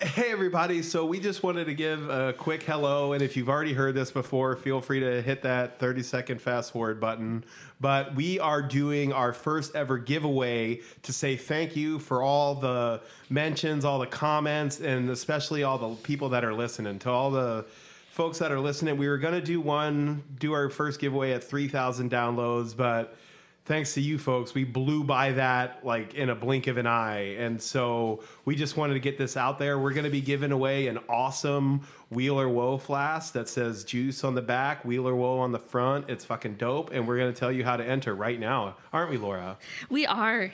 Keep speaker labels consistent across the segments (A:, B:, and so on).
A: Hey, everybody. So, we just wanted to give a quick hello. And if you've already heard this before, feel free to hit that 30 second fast forward button. But we are doing our first ever giveaway to say thank you for all the mentions, all the comments, and especially all the people that are listening. To all the folks that are listening, we were going to do one, do our first giveaway at 3,000 downloads. But thanks to you folks, we blew by that like in a blink of an eye. And so we just wanted to get this out there. We're going to be giving away an awesome Wheeler Woe flask that says juice on the back, Wheeler Woe on the front. It's fucking dope. And we're going to tell you how to enter right now. Aren't we, Laura?
B: We are.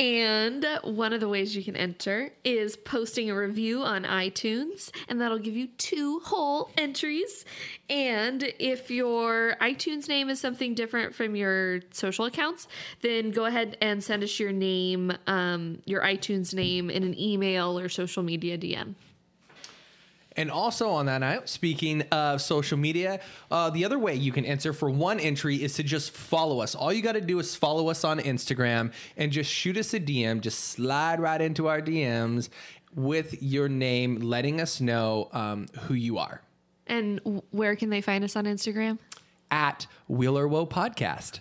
B: And one of the ways you can enter is posting a review on iTunes, and that'll give you two whole entries. And if your iTunes name is something different from your social accounts, then go ahead and send us your name, um, your iTunes name, in an email or social media DM.
C: And also on that note, speaking of social media, uh, the other way you can enter for one entry is to just follow us. All you got to do is follow us on Instagram and just shoot us a DM. Just slide right into our DMs with your name, letting us know um, who you are
B: And w- where can they find us on Instagram?
C: at Wheeler Woe Podcast.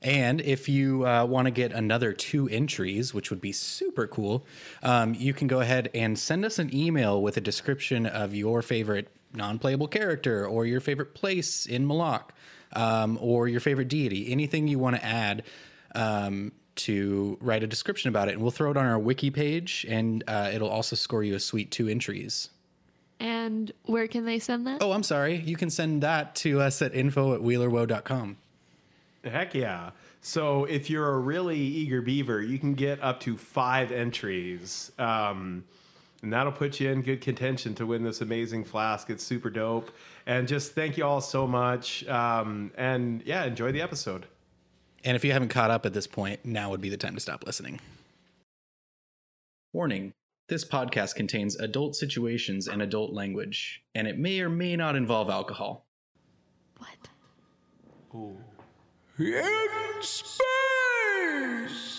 D: And if you uh, want to get another two entries, which would be super cool, um, you can go ahead and send us an email with a description of your favorite non playable character or your favorite place in Malak um, or your favorite deity, anything you want to add. Um, to write a description about it, and we'll throw it on our wiki page, and uh, it'll also score you a sweet two entries.
B: And where can they send that?
D: Oh, I'm sorry. You can send that to us at info at wheelerwoe.com.
A: Heck yeah. So if you're a really eager beaver, you can get up to five entries. Um, and that'll put you in good contention to win this amazing flask. It's super dope. And just thank you all so much. Um, and yeah, enjoy the episode.
D: And if you haven't caught up at this point, now would be the time to stop listening. Warning this podcast contains adult situations and adult language, and it may or may not involve alcohol.
B: What?
E: In space!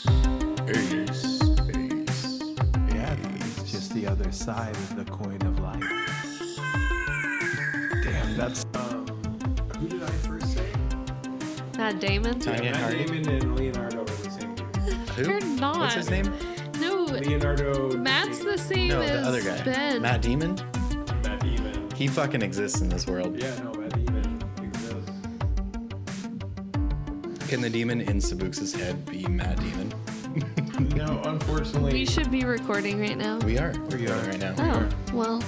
A: Yeah, it's just the other side of the coin of life. Damn, that's. Um, who did I first say?
B: Matt Damon?
D: Tanya
A: Matt
D: Harding.
A: Damon and Leonardo are the same.
D: Who?
B: You're not.
D: What's his name?
B: No,
A: Leonardo.
B: Matt's the same
D: No,
B: as
D: the other guy.
B: Ben.
D: Matt Demon?
A: Matt Damon.
D: He fucking exists in this world.
A: Yeah, no, Matt Damon exists.
D: Can the demon in Sabuks' head be Matt Demon?
A: No,
B: We
A: unfortunately.
B: should be recording right now.
D: We are. We're doing it right now.
B: Oh, well,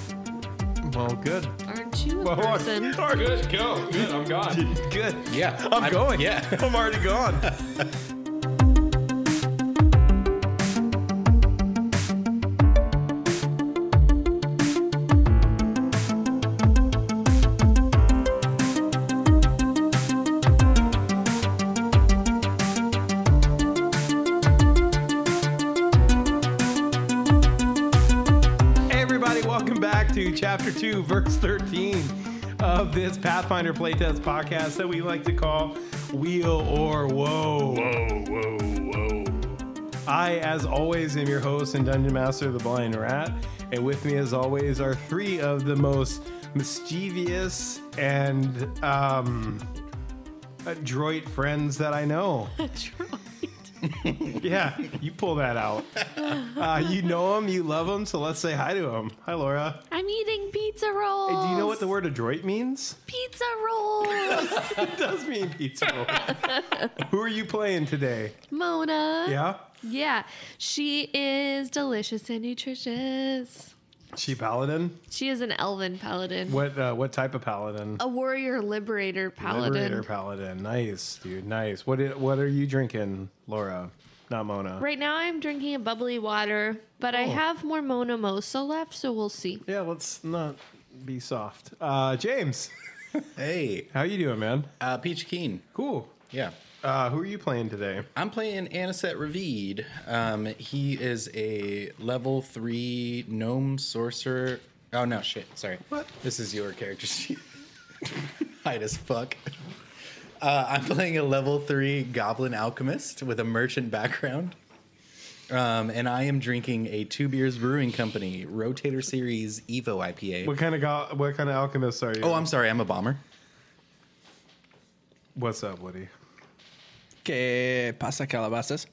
A: Well, good.
B: aren't you a person?
A: Good, go. Good, I'm gone. Good.
D: Yeah.
A: I'm, going.
D: Yeah.
A: I'm already gone. Hey everybody, welcome back to chapter 2, verse 13 of this Pathfinder playtest podcast that we like to call Wheel or Woe. Whoa, whoa, whoa. I, as always, am your host and Dungeon Master, the Blind Rat, and with me, as always, are three of the most mischievous and um, adroit friends that I know. Yeah, you pull that out. Uh, you know him, you love him, so let's say hi to him. Hi, Laura.
B: I'm eating pizza rolls.
A: Hey, do you know what the word adroit means?
B: pizza rolls?
A: It does mean pizza. roll. Who are you playing today?
B: Mona.
A: Yeah?
B: Yeah. She is delicious and nutritious.
A: She paladin?
B: She is an elven paladin,
A: What uh, what type of paladin?
B: a warrior liberator Oh, paladin.
A: Liberator paladin. Nice, dude. Nice. What i- what are you drinking, Laura? Not Mona.
B: Right now, I'm drinking a bubbly water, but
A: Oh.
B: I have more Mona Mosa left, so we'll see.
A: Yeah, let's not be soft. Uh, James,
D: Hey,
A: how you doing, man?
D: uh, Peach Keen.
A: Cool.
D: Yeah.
A: Uh, who are you playing today?
D: I'm playing Anisette Ravid. Um, he is a level three gnome sorcerer. Oh no, shit! Sorry.
A: What?
D: This is your character sheet. Hide as fuck. Uh, I'm playing a level three goblin alchemist with a merchant background. Um, and I am drinking a Two Beers Brewing Company Rotator Series Evo IPA.
A: What kind of go- what kind of alchemist are you?
D: Oh, I'm sorry, I'm a bomber.
A: What's up, Woody?
F: Que pasa, calabasas?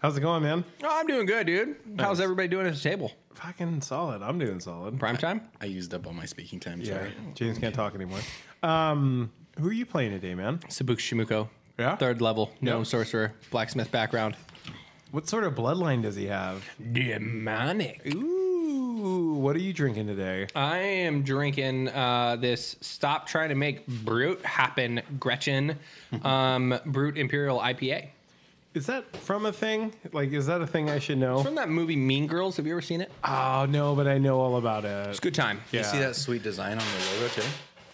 A: How's it going, man?
F: Oh, I'm doing good, dude. How's everybody doing at the table?
A: Fucking solid. I'm doing solid.
F: Prime time?
D: I used up all my speaking time.
A: Yeah,
D: Sorry.
A: James can't talk anymore. Um, who are you playing today, man?
F: Sabuku Shimuko.
A: Yeah?
F: Third level, gnome
A: Yeah.
F: sorcerer, blacksmith background.
A: What sort of bloodline does he have?
F: Demonic.
A: Ooh, what are you drinking today?
F: I am drinking uh, this Stop Trying to Make Brute Happen Gretchen um, Brute Imperial IPA.
A: Is that from a thing? Like, is that a thing I should know?
F: From that movie Mean Girls, have you ever seen it?
A: Oh no, but I know all about it.
F: It's a good time.
A: Yeah.
D: You see that sweet design on the logo too?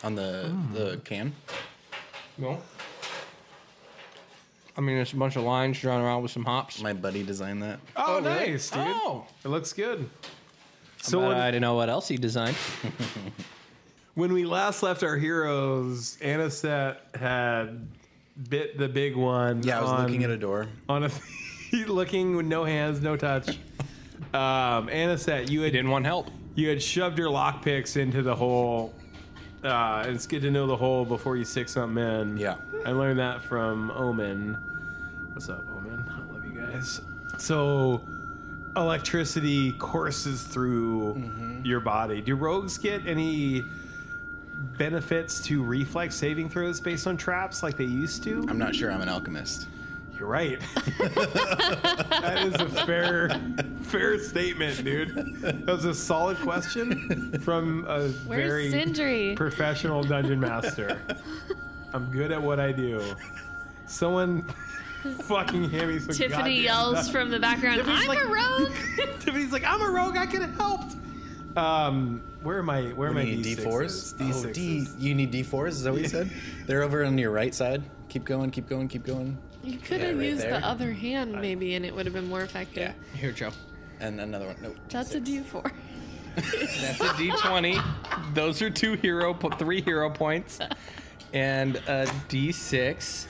D: On the the
A: Hmm.
D: can?
F: Well, I mean, it's a bunch of lines drawn around with some hops.
D: My buddy designed that.
A: Oh,
F: really?
A: nice, dude.
F: Oh.
A: It looks good. So
F: So
A: when,
F: I don't know what else he designed.
A: when we last left our heroes, Anisette had bit the big one.
D: Yeah, I was
A: on-
D: looking at a door.
A: on a looking with no hands, no touch. Um, Anisette, you had
F: Didn't want help.
A: you had shoved your lockpicks into the hole. Uh, it's good to know the hole before you stick something in.
D: Yeah.
A: I learned that from Omen. What's up, Omen? I love you guys. So, electricity courses through your body. Do rogues get any benefits to reflex saving throws based on traps like they used to?
D: I'm not sure I'm an alchemist.
A: You're right. that is a fair, fair statement, dude. That was a solid question from a
B: Where's
A: very
B: Sindri?
A: professional dungeon master. I'm good at what I do. Someone fucking hand me some. goddamn
B: Tiffany yells
A: dust.
B: from the background,
A: Tiffany's
B: I'm
A: like-
B: a rogue!
A: Tiffany's like, I'm a rogue. I could have helped. Um, where am I? Where am I?
D: You need D4s?
A: D6s.
D: Oh, D, you need D4s? Is that what you said? They're over on your right side. Keep going, keep going, keep going.
B: You could
D: Yeah,
B: have
D: right
B: used
D: there.
B: the other hand maybe and it would have been more effective.
F: Here, Joe.
D: And another one. No.
B: That's a D4.
F: That's a D20. Those are two hero, po- three hero points, and a D6.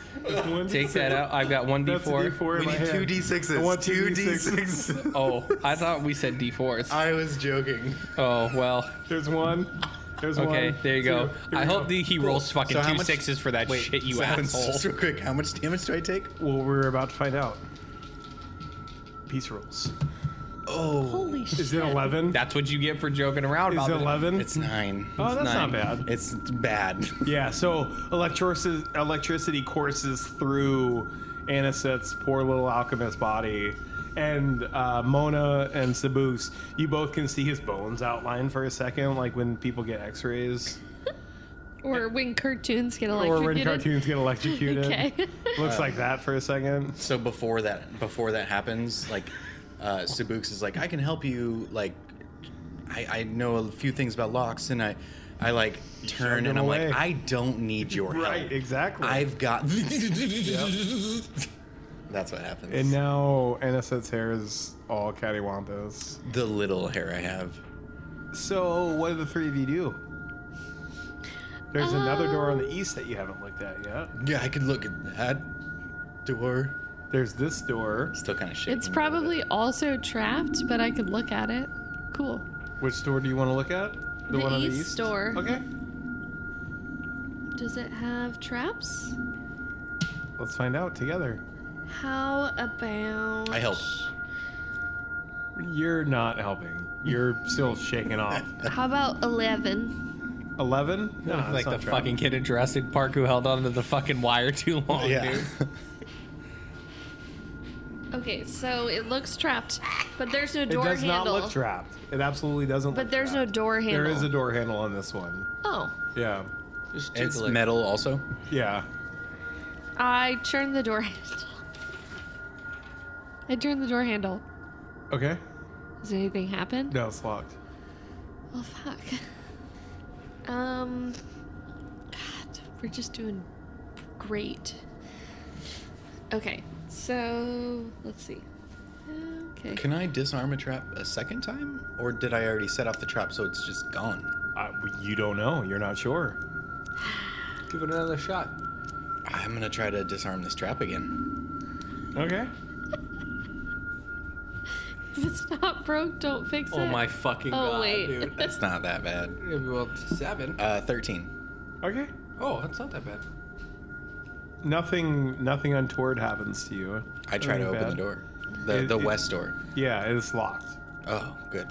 A: One
F: Take
A: D6.
F: that out. I've got one
A: That's a
F: D4.
A: D4 in
D: We
A: my
D: need two
A: hand.
D: D6s.
A: I want two
D: Two
A: D6s.
F: Oh, I thought we said D4s.
D: I was joking.
F: oh well.
A: There's one. There's one.
F: Okay, there you go.
A: two. Here
F: I
A: we
F: hope
A: go.
F: the, he rolls fucking
D: So
F: two
D: how
F: sixes
D: much-
F: for that shit, you asshole.
D: Just real quick, how much damage do I take?
A: Well, we're about to find out. Peace rolls.
D: Oh,
B: Holy shit.
A: Is it 11?
F: That's what you get for joking around
A: Is
F: about
A: it
F: it.
A: 11?
D: it's nine.
A: oh, that's not
F: nine.
A: bad.
D: It's bad.
A: Yeah, so electricity, electricity courses through Anisette's poor little alchemist body. And uh, Mona and Sabus, you both can see his bones outlined for a second, like when people get x rays
B: Or when cartoons get
A: or
B: electrocuted.
A: when cartoons get electrocuted.
B: Okay.
A: Looks like that for a second.
D: So before that, before that happens, like uh, Sabuks is like, I can help you. Like, I, I know a few things about locks, and I, I like turn
A: shoved
D: and
A: him
D: I'm
A: away.
D: like, I don't need your
A: Right,
D: help.
A: exactly.
D: I've got. That's what happens.
A: and now Anisette's hair is all cattywampus.
D: the little hair I have.
A: So, what do the three of you do? There's another door on the east that you haven't looked at yet.
D: Yeah, I could look at that door.
A: There's this door.
D: Still kind of shit.
B: it's probably also trapped, but I could look at it. Cool.
A: Which door do you want to look at?
B: The east door.
A: Okay.
B: Does it have traps?
A: Let's find out together.
B: How about.
D: I help.
A: You're not helping. You're still shaking off.
B: How about 11?
A: 11? No, that's
F: Like the
A: not true.
F: fucking kid in Jurassic Park who held onto the fucking wire too
A: Oh,
F: long, dude.
B: Okay, so it looks trapped, but there's no
A: It
B: door
A: does not
B: handle.
A: look trapped. It absolutely doesn't
B: But
A: look
B: there's no
A: trapped.
B: door handle.
A: There is a door handle on this one.
B: Oh.
A: Yeah.
F: Just
D: it's
F: jiggle it.
D: metal also.
A: Yeah.
B: I turned the door handle. I turned the door handle.
A: Okay.
B: Does anything happen?
A: No, it's locked.
B: Well, fuck. Um. God, we're just doing great. Okay, so let's see. Okay.
D: Can I disarm a trap a second time, or did I already set off the trap so it's just gone?
A: Uh, you don't know. You're not sure.
F: Give it another shot.
D: I'm gonna try to disarm this trap again.
A: Okay.
B: If it's not broke, don't fix it.
C: Oh my fucking
B: Oh,
C: god,
B: wait.
C: dude.
D: That's not that bad.
C: Well, seven.
D: Uh, 13.
A: Okay.
C: Oh, that's not that bad.
A: Nothing. Nothing untoward happens to you.
D: I try to
A: Really
D: open
A: bad.
D: the door, the,
A: It-
D: the
A: it-
D: west door.
A: Yeah, it's locked.
D: Oh, good.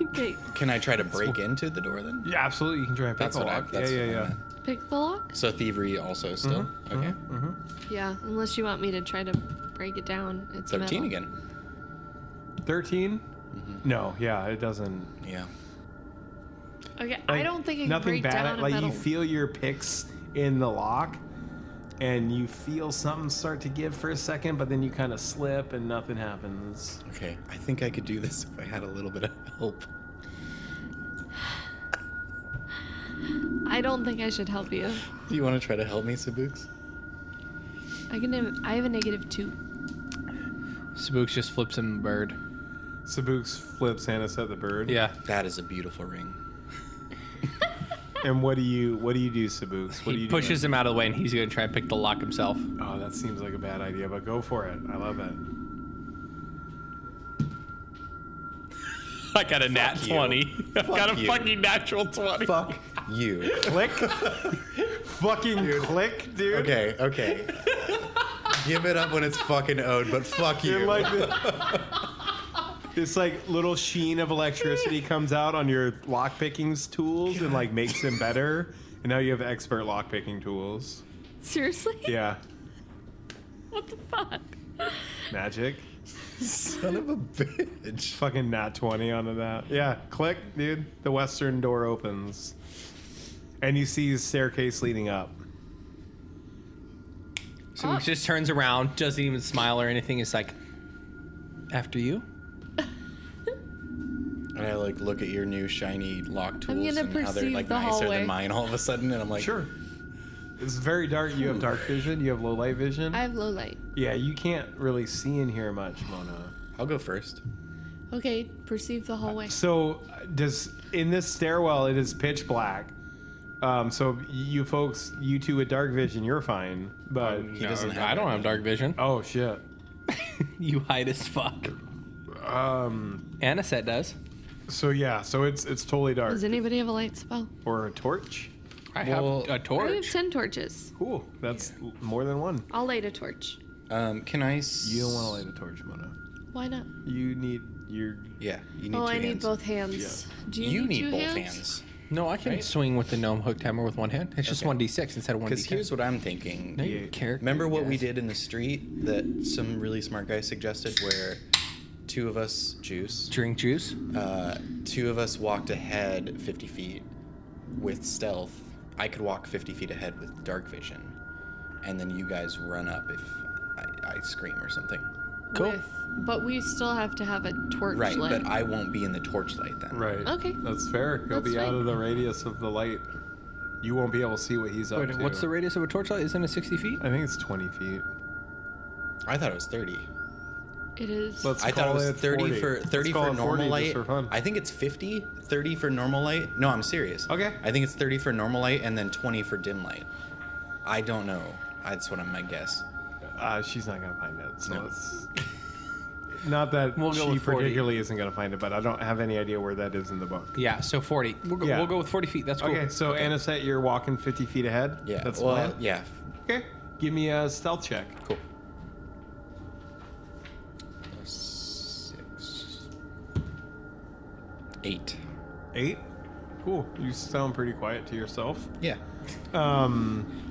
B: Okay,
D: Can I try to break into the door then?
A: Yeah, absolutely. You can try and pick
D: That's
A: a
D: what I-
A: lock.
D: that's
A: yeah,
D: what
A: yeah,
D: I
A: yeah.
D: meant.
B: pick the lock.
D: So thievery
A: Mm-hmm,
D: also still. okay.
B: Yeah, unless you want me to try to break it down. It's
D: 13
B: metal.
D: again.
A: 13
D: Mm-hmm.
A: No, yeah, it doesn't.
D: Yeah.
B: Okay, I
A: like,
B: don't think I can
A: nothing
B: break
A: bad.
B: down a
A: like
B: metal.
A: you feel your picks in the lock, and you feel something start to give for a second, but then you kind of slip and nothing happens.
D: Okay. I think I could do this if I had a little bit of help.
B: I don't think I should help you.
D: Do you want to try to help me, Sabuks?
B: I can. Have, I have a negative two.
C: Spooks just flips him the bird.
A: Sabuks flips Hannes at the bird.
C: Yeah.
D: That is a beautiful ring.
A: And what do you what do you do, Sabuks? What do
C: he
A: you
C: pushes him out of the way and he's going to try and pick the lock himself.
A: Do? Oh, that seems like a bad idea, but go for it. I love it.
C: I got a nat
D: you.
C: 20. I got a
D: you.
C: fucking natural 20.
D: Fuck you.
A: Click. Fucking click, dude.
D: Okay, okay. Give it up when it's fucking owed, but fuck you.
A: You're like the, this like little sheen of electricity comes out on your lock pickings tools and like makes them better. And now you have expert lock picking tools.
B: Seriously?
A: Yeah,
B: What the fuck?
A: magic.
D: Son of a bitch.
A: Fucking nat twenty onto that. Yeah, click, dude. The western door opens, and you see the staircase leading up.
C: So he just turns around, doesn't even smile or anything. It's like, after you?
D: And I like look at your new shiny lock tools
B: gonna
D: and how they're
B: perceive
D: like
B: the
D: nicer
B: hallway.
D: than mine all of a sudden, and I'm like,
A: It's very dark. You have dark vision. You have low light vision.
B: I have low light.
A: yeah, you can't really see in here much, Mona.
D: I'll go first.
B: Okay, perceive the hallway.
A: So uh, does in this stairwell it is pitch black. Um, so you folks, you two with dark vision, you're fine. But
D: doesn't have
C: I don't have dark vision.
A: oh shit,
C: You hide as fuck.
A: um,
C: Aniset does.
A: so yeah, so it's it's totally dark.
B: Does anybody have a light spell?
A: or a torch?
C: I
D: Well,
C: have a
B: I have
C: torch.
B: ten torches.
A: Cool, that's l- more than one.
B: I'll light a torch.
D: Um, can I? S-
A: You don't want to light a torch, Mona.
B: Why not?
A: You need your.
D: Yeah, you need
B: Oh,
D: two
B: I need
D: hands.
B: both hands. Do you,
D: You
B: need,
D: need,
B: two
D: both
B: hands?
D: hands.
C: No, I can swing with the gnome hooked hammer with one hand. It's just
D: Okay.
C: 1d6 instead of 1d10.
D: Because here's what I'm thinking.
C: No, you
A: Yeah.
C: character,
D: Remember what we
C: guys.
D: did in the street that some really smart guy suggested, where two of us juice,
C: Drink juice.
D: uh, two of us walked ahead 50 feet with stealth. I could walk 50 feet ahead with dark vision, and then you guys run up if I, I scream or something.
C: Cool.
B: With, but we still have to have a torch
D: Right,
B: lit.
D: but I won't be in the torchlight then.
A: Right.
B: Okay.
A: That's fair. You'll
B: That's
A: be out
B: fine.
A: of the radius of the light. You won't be able to see what he's up
C: Wait,
A: to.
C: what's the radius of a torchlight? Isn't it 60 feet?
A: I think it's twenty feet.
D: I thought it was 30.
B: it is.
A: Let's
D: I thought
A: call
D: it was
A: it
D: 30
A: 40.
D: for
A: Let's
D: 30
A: call
D: for
A: it 40
D: normal
A: just
D: light.
A: for fun.
D: I think it's 50, 30 for normal light. No, I'm serious.
A: Okay.
D: I think it's 30 for normal light and then 20 for dim light. I don't know. That's what I'm my guess.
A: Uh, she's not gonna find it. So
D: No.
A: it's not that
C: We'll go
A: she
C: with 40.
A: particularly isn't gonna find it, but I don't have any idea where that is in the book.
C: Yeah, so 40. We'll go,
A: Yeah.
C: we'll go with 40 feet. That's cool.
A: Okay, so Anisette, you're walking 50 feet ahead.
D: Yeah.
A: that's
D: well,
A: the plan.
D: yeah.
A: Okay, give me a stealth check.
D: Cool. Uh, Six. Eight.
A: Eight. Cool. You sound pretty quiet to yourself.
D: Yeah.
A: Um,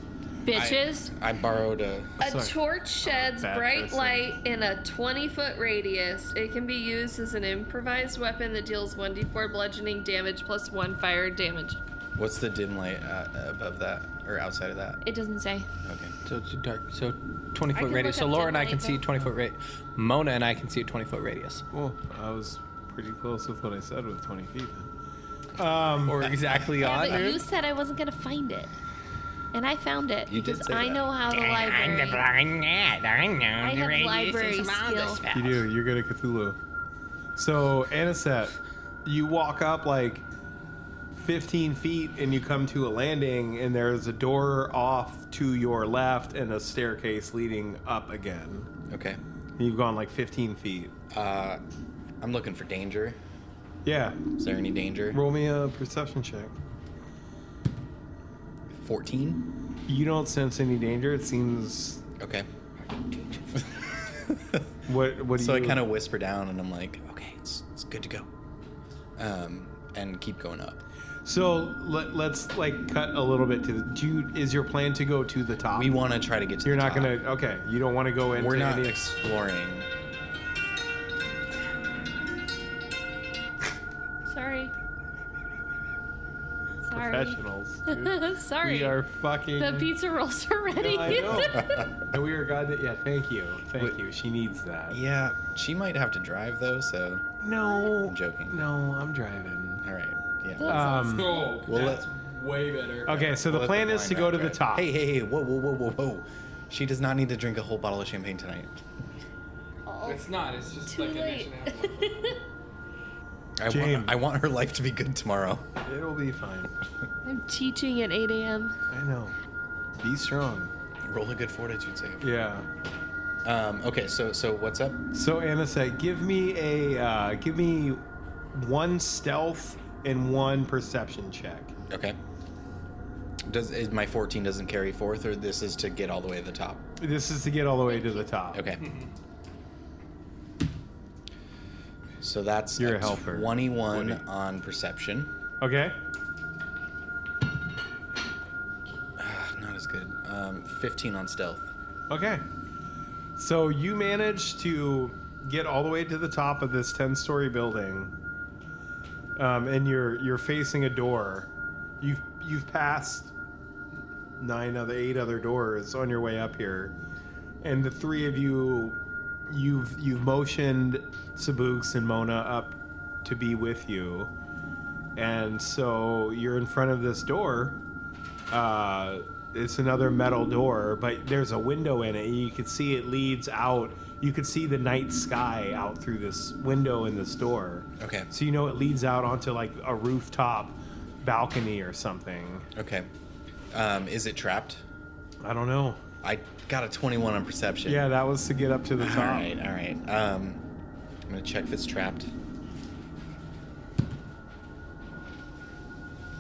B: Bitches,
D: I borrowed a.
B: A
A: Sorry.
B: torch sheds
A: Bad
B: bright
A: person.
B: light in a 20 foot radius. It can be used as an improvised weapon that deals 1d4 bludgeoning damage plus 1 fire damage.
D: What's the dim light uh, above that or outside of that?
B: It doesn't say.
D: Okay.
C: So it's dark. So 20
B: I
C: foot
B: can
C: radius.
B: look
C: So
B: up
C: Laura
B: dim
C: and I
B: light,
C: can see
B: though.
C: 20 foot radius. Mona and I can see a 20 foot radius.
A: cool. I was pretty close with what I said with 20 feet. Um,
C: Or exactly
B: Yeah,
C: odd.
B: but you said I wasn't going to find it. And I found it.
D: You did
B: because
D: say
B: I
D: that.
B: know how the
F: I'm the
B: library.
F: blind net. I know
B: I
F: the
B: have
F: radius
B: library
F: is all
B: skill.
F: the spells.
A: You do. You're good at Cthulhu. So, Anisette, you walk up like 15 feet and you come to a landing, and there's a door off to your left and a staircase leading up again.
D: Okay. Uh,
A: You've gone like 15 feet.
D: I'm looking for danger.
A: Yeah.
D: Is there any danger?
A: Roll me a perception check.
D: 14.
A: You don't sense any danger. It seems.
D: Okay.
A: What? What do
D: so I
A: you?
D: kind of whisper down and I'm like, okay, it's, it's good to go. Um, and keep going up.
A: So let, let's like cut a little bit to. The, do you, is your plan to go to the top?
D: We want to try to get to
A: You're
D: the
A: not
D: top.
A: gonna. Okay. You don't want to go into
D: We're not
A: any.
D: exploring.
B: Sorry. Sorry.
A: professionals. dude.
B: Sorry.
A: we are fucking.
B: the pizza rolls are ready.
A: I know. and we are god. Yeah. Thank you. Thank you. She needs that.
D: Yeah, she might have to drive though, so
A: No.
D: I'm joking.
A: No, I'm driving.
D: all right. Yeah.
A: Um.
F: Oh,
D: Well,
F: that's way better.
A: Okay. So the
D: Let
A: plan is
D: blind
A: to go
D: man
A: to the
D: drive.
A: top.
D: Hey, hey, hey! Whoa, whoa, whoa, whoa, whoa! She does not need to drink a whole bottle of champagne tonight.
F: It's not. It's just
B: Too
F: like an inch
B: late.
F: and a half. long.
D: I
A: Jane.
D: want, I want her life to be good tomorrow.
A: It'll be fine.
B: I'm teaching at 8 a.m.
A: I know. Be strong.
D: Roll a good fortitude save.
A: Yeah.
D: Um. Okay. So, so what's up?
A: So Anna said, "Give me a uh, give me one stealth and one perception check."
D: Okay. Does is my fourteen doesn't carry forth, or this is to get all the way to the top?
A: This is to get all the way to the top.
D: Okay. So that's
A: You're a helper.
D: Twenty-one on perception.
A: Okay.
D: Not as good. Um, fifteen on stealth.
A: Okay. So you manage to get all the way to the top of this ten-story building, um, and you're you're facing a door. You've you've passed nine other eight other doors on your way up here, and the three of you, you've you've motioned Sabuks and Mona up to be with you, and so you're in front of this door. Uh, it's another metal door, but there's a window in it. and You can see it leads out. You can see the night sky out through this window in this door.
D: Okay.
A: So you know it leads out onto like a rooftop balcony or something.
D: Okay. Um, is it trapped?
A: I don't know.
D: I got a 21 on perception.
A: Yeah, that was to get up to the
D: All
A: top.
D: right, all right. Um, I'm gonna check if it's trapped.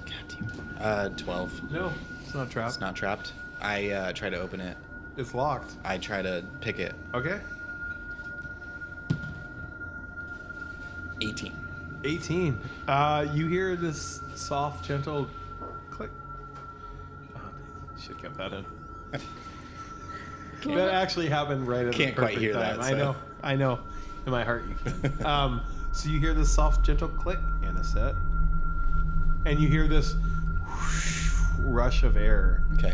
D: God damn. Uh, 12.
A: No, it's not trapped.
D: It's
A: It's,
D: not trapped. I uh, try to open it.
A: locked.
D: I try to pick it.
A: Okay.
D: 18.
A: 18. Uh, you hear this soft, gentle click. Oh, should kept that in. that actually happened right at
D: Can't
A: the
D: quite
A: perfect
D: hear
A: time.
D: that,
A: I
D: so.
A: know. I know. In my heart, you can. um, so you hear this soft, gentle click, Anisette. And you hear this rush of air.
D: Okay.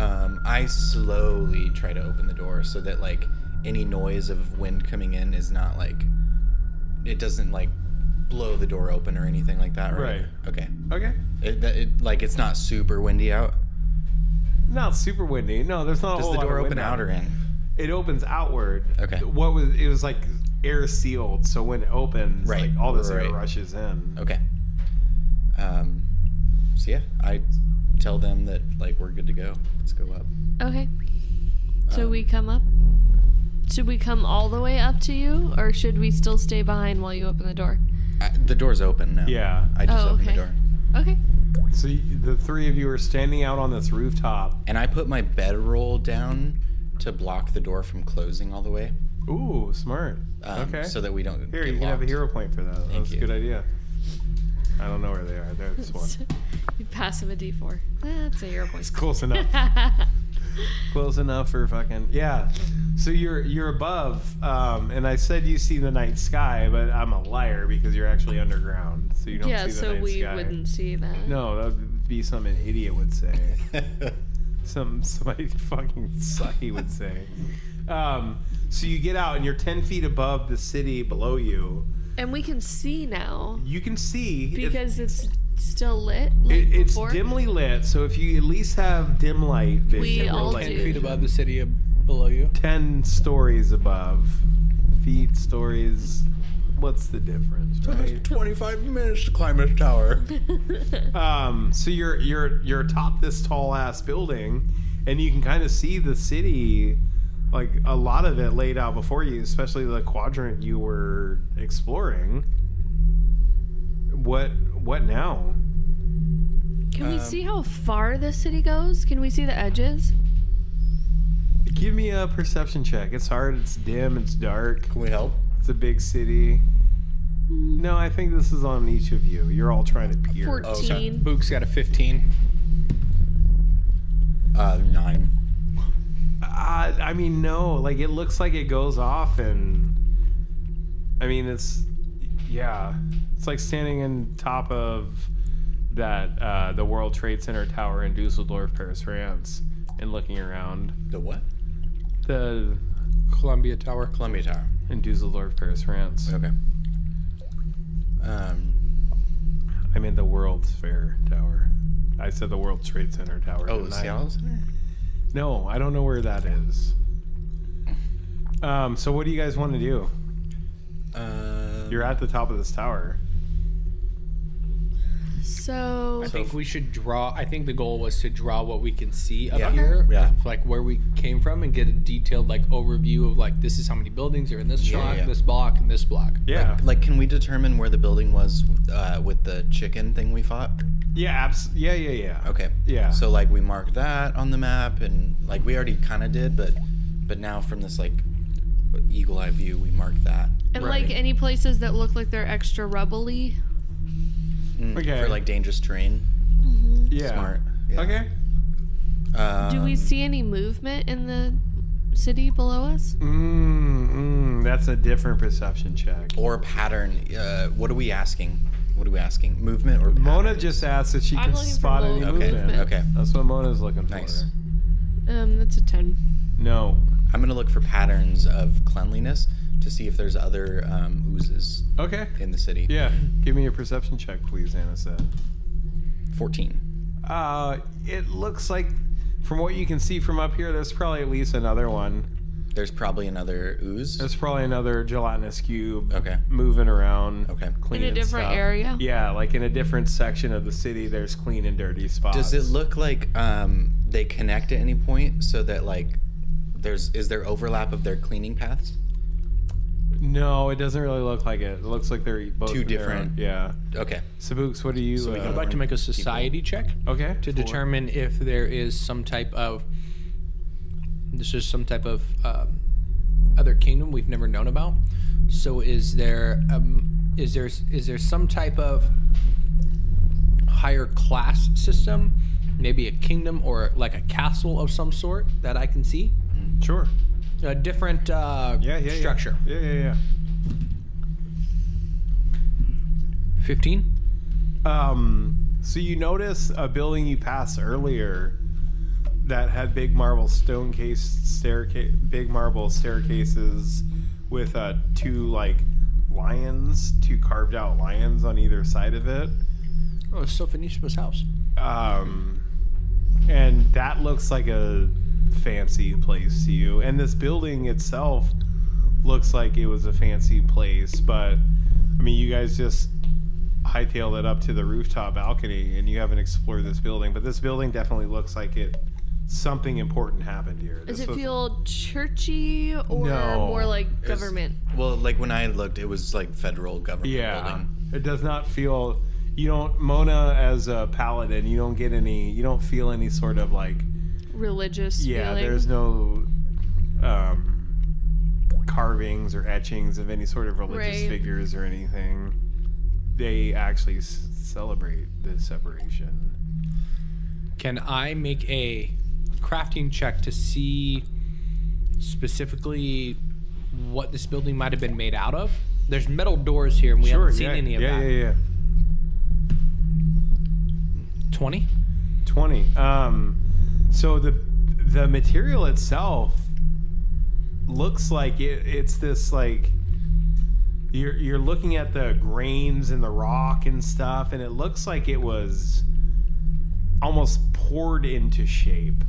D: Um, I slowly try to open the door so that like any noise of wind coming in is not like it doesn't like blow the door open or anything like that, right?
A: Right.
D: Okay.
A: Okay.
D: It, that- it, like it's not super windy out.
A: Not super windy. No, there's not Oh, a
D: Does
A: whole
D: the
A: lot of
D: door
A: wind
D: open out or in?
A: it opens outward.
D: Okay.
A: What was it was like air sealed, so when it opens,
D: Right,
A: like all this air
D: right.
A: rushes in.
D: Okay. Um. So yeah, I tell them that like we're good to go. Let's go up.
B: Okay. So
A: Um,
B: we come up. Should we come all the way up to you, or should we still stay behind while you open the door?
D: I, the door's open now.
A: Yeah.
D: I just
B: Oh,
D: opened
B: okay.
D: the door,
B: Okay.
A: So you, the three of you are standing out on this rooftop.
D: and I put my bedroll down to block the door from closing all the way.
A: Ooh, smart.
D: Um,
A: okay.
D: So that we don't.
A: here
D: get
A: you can have a
D: locked.
A: hero point for that. That's a
D: you.
A: good idea. I don't know where they are. There's one.
B: You pass him a D4. That's a hero point.
A: It's close enough. close enough for fucking yeah. So you're you're above, um, and I said you see the night sky, but I'm a liar because you're actually underground, so you don't
B: Yeah,
A: see the
B: so
A: night
B: we
A: sky.
B: wouldn't see that.
A: No, that would be something an idiot would say. Some somebody fucking sucky would say. Um, so you get out and you're ten feet above the city below you.
B: And we can see now
A: You can see if-
B: because it's still lit. Like
A: it, it's
B: before.
A: dimly lit. So if you at least have dim light vision,
B: We
A: or
B: all
A: like
B: do.
F: Ten feet above the city ab- below you.
A: ten stories above, feet stories. What's the difference, right?
D: 25 minutes to climb this tower.
A: Um, so you're you're you're atop this tall ass building, and you can kind of see the city, like a lot of it laid out before you, especially the quadrant you were exploring. What what now?
B: Can we
A: um,
B: see how far the city goes? Can we see the edges?
A: Give me a perception check. It's hard. It's dim. It's dark.
D: Can we help?
A: It's a big city. No, I think this is on each of you. You're all trying to peer.
B: 14.
F: Book's got a 15.
D: Uh, nine.
A: Uh, I mean, no. Like it looks like it goes off, and I mean, it's yeah. It's like standing on top of that uh, the World Trade Center tower in Dusseldorf, Paris, France, and looking around
D: The what?
A: the
F: Columbia Tower.
D: Columbia Tower.
A: in Dusseldorf, Paris, France.
D: Okay. Um,
A: I mean the World's Fair tower. I said the World Trade Center tower.
D: oh,
A: didn't I?
D: Seattle Center?
A: No, I don't know where that is. Um, so what do you guys want to do?
D: Uh,
A: You're at the top of this tower.
B: So
F: I think we should draw. I think the goal was to draw what we can see up
D: Yeah.
F: here,
D: Yeah.
F: of, like where we came from, and get a detailed like overview of like this is how many buildings are in this
D: Yeah,
F: block,
D: yeah.
F: this block, and this block.
A: Yeah.
D: like, can we determine where the building was uh, with the chicken thing we fought?
A: yeah, abs- yeah, yeah, yeah.
D: Okay.
A: Yeah.
D: So like we marked that on the map, and like we already kind of did, but but now from this like eagle eye view, we marked that
B: and
A: Right.
B: like any places that look like they're extra rubbly.
D: Mm,
A: Okay.
D: for like dangerous terrain.
A: Yeah.
D: Smart. Yeah.
A: Okay.
D: Um,
B: Do we see any movement in the city below us?
A: Mm, mm, that's a different perception check.
D: or pattern? Uh, what are we asking? What are we asking? Movement or pattern?
A: Mona just asked if she
B: I'm
A: can
B: looking for
A: spot any
B: mole
D: Okay.
A: movement.
D: Okay.
A: That's what Mona's looking for.
D: Nice.
B: Um, that's a 10.
A: No.
D: I'm gonna look for patterns of cleanliness to see if there's other um, oozes
A: Okay.
D: in the city.
A: Yeah. Give me a perception check, please, Anna said.
D: Fourteen.
A: Uh, it looks like, from what you can see from up here, there's probably at least another one.
D: There's probably another ooze.
A: There's probably another gelatinous cube
D: Okay.
A: moving around.
D: Okay.
B: In
A: cleaning
B: a different
A: stuff.
B: area?
A: Yeah, like in a different section of the city, there's clean and dirty spots.
D: Does it look like um, they connect at any point so that like there's is there overlap of their cleaning paths?
A: No, it doesn't really look like it. It looks like they're both
D: Two
A: in their
D: different-
A: own- Yeah.
D: Okay.
A: Sabuks, what do you? uh,
D: can
F: I'd like to make a society check
A: okay.
F: to
A: Four.
F: determine if there is some type of this is some type of um, other kingdom we've never known about. So is there um, is there is there some type of higher class system, maybe a kingdom or like a castle of some sort that I can see?
A: Sure.
F: A different uh,
A: Yeah. Yeah. yeah.
F: structure.
A: Yeah. Yeah. Yeah.
F: Fifteen.
A: Um, so you notice a building you passed earlier that had big marble stone case staircase, big marble staircases with uh, two like lions, two carved out lions on either side of it.
F: Oh, it's Sophonisba's house.
A: Um, and that looks like a fancy place to you. And this building itself looks like it was a fancy place, but I mean, you guys just hightailed it up to the rooftop balcony and you haven't explored this building, but this building definitely looks like it something important happened here.
B: Does
A: This
B: it
A: was-
B: feel churchy or
A: No.
B: more like government?
D: Well, like when I looked, it was like federal government
A: Yeah.
D: building.
A: It does not feel you don't Mona as a paladin, you don't get any you don't feel any sort of like
B: religious
A: Yeah,
B: feeling.
A: there's no um, carvings or etchings of any sort of religious
B: Right.
A: figures or anything. They actually s- celebrate the separation.
F: Can I make a crafting check to see specifically what this building might have been made out of? There's metal doors here, and we haven't seen
A: yeah,
F: any of
A: yeah,
F: that.
A: yeah, yeah.
F: Twenty.
A: Twenty. Um, so the the material itself looks like it, it's this like you're you're looking at the grains and the rock and stuff, and it looks like it was almost poured into shape.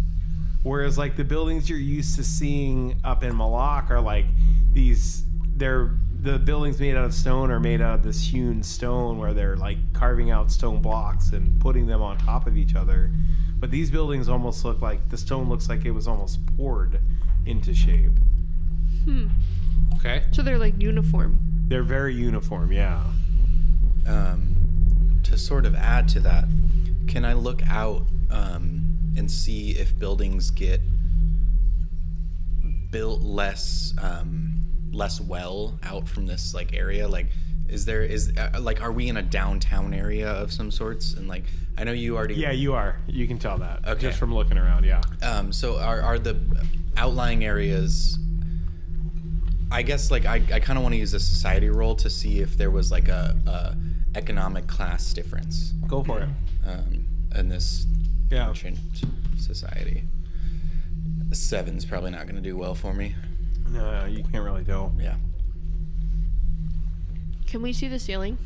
A: Whereas like the buildings you're used to seeing up in Malak are like these they're the buildings made out of stone are made out of this hewn stone where they're like carving out stone blocks and putting them on top of each other. But these buildings almost look like the stone looks like it was almost poured into shape.
F: Okay.
B: So they're like uniform.
A: They're very uniform, yeah.
D: Um, to sort of add to that, can I look out um, and see if buildings get built less um, less well out from this like area? Like, is there is uh, like are we in a downtown area of some sorts? And like, I know you already
A: Yeah, you are. You can tell that
D: Okay.
A: just from looking around. Yeah.
D: Um, so are, are the outlying areas? I guess like I, I kind of want to use a society role to see if there was like a, a economic class difference
A: Go for it.
D: um, in this
A: Yeah.
D: ancient society. Seven's probably not going to do well for me.
A: No, you can't really tell.
D: Yeah.
B: Can we see the ceiling?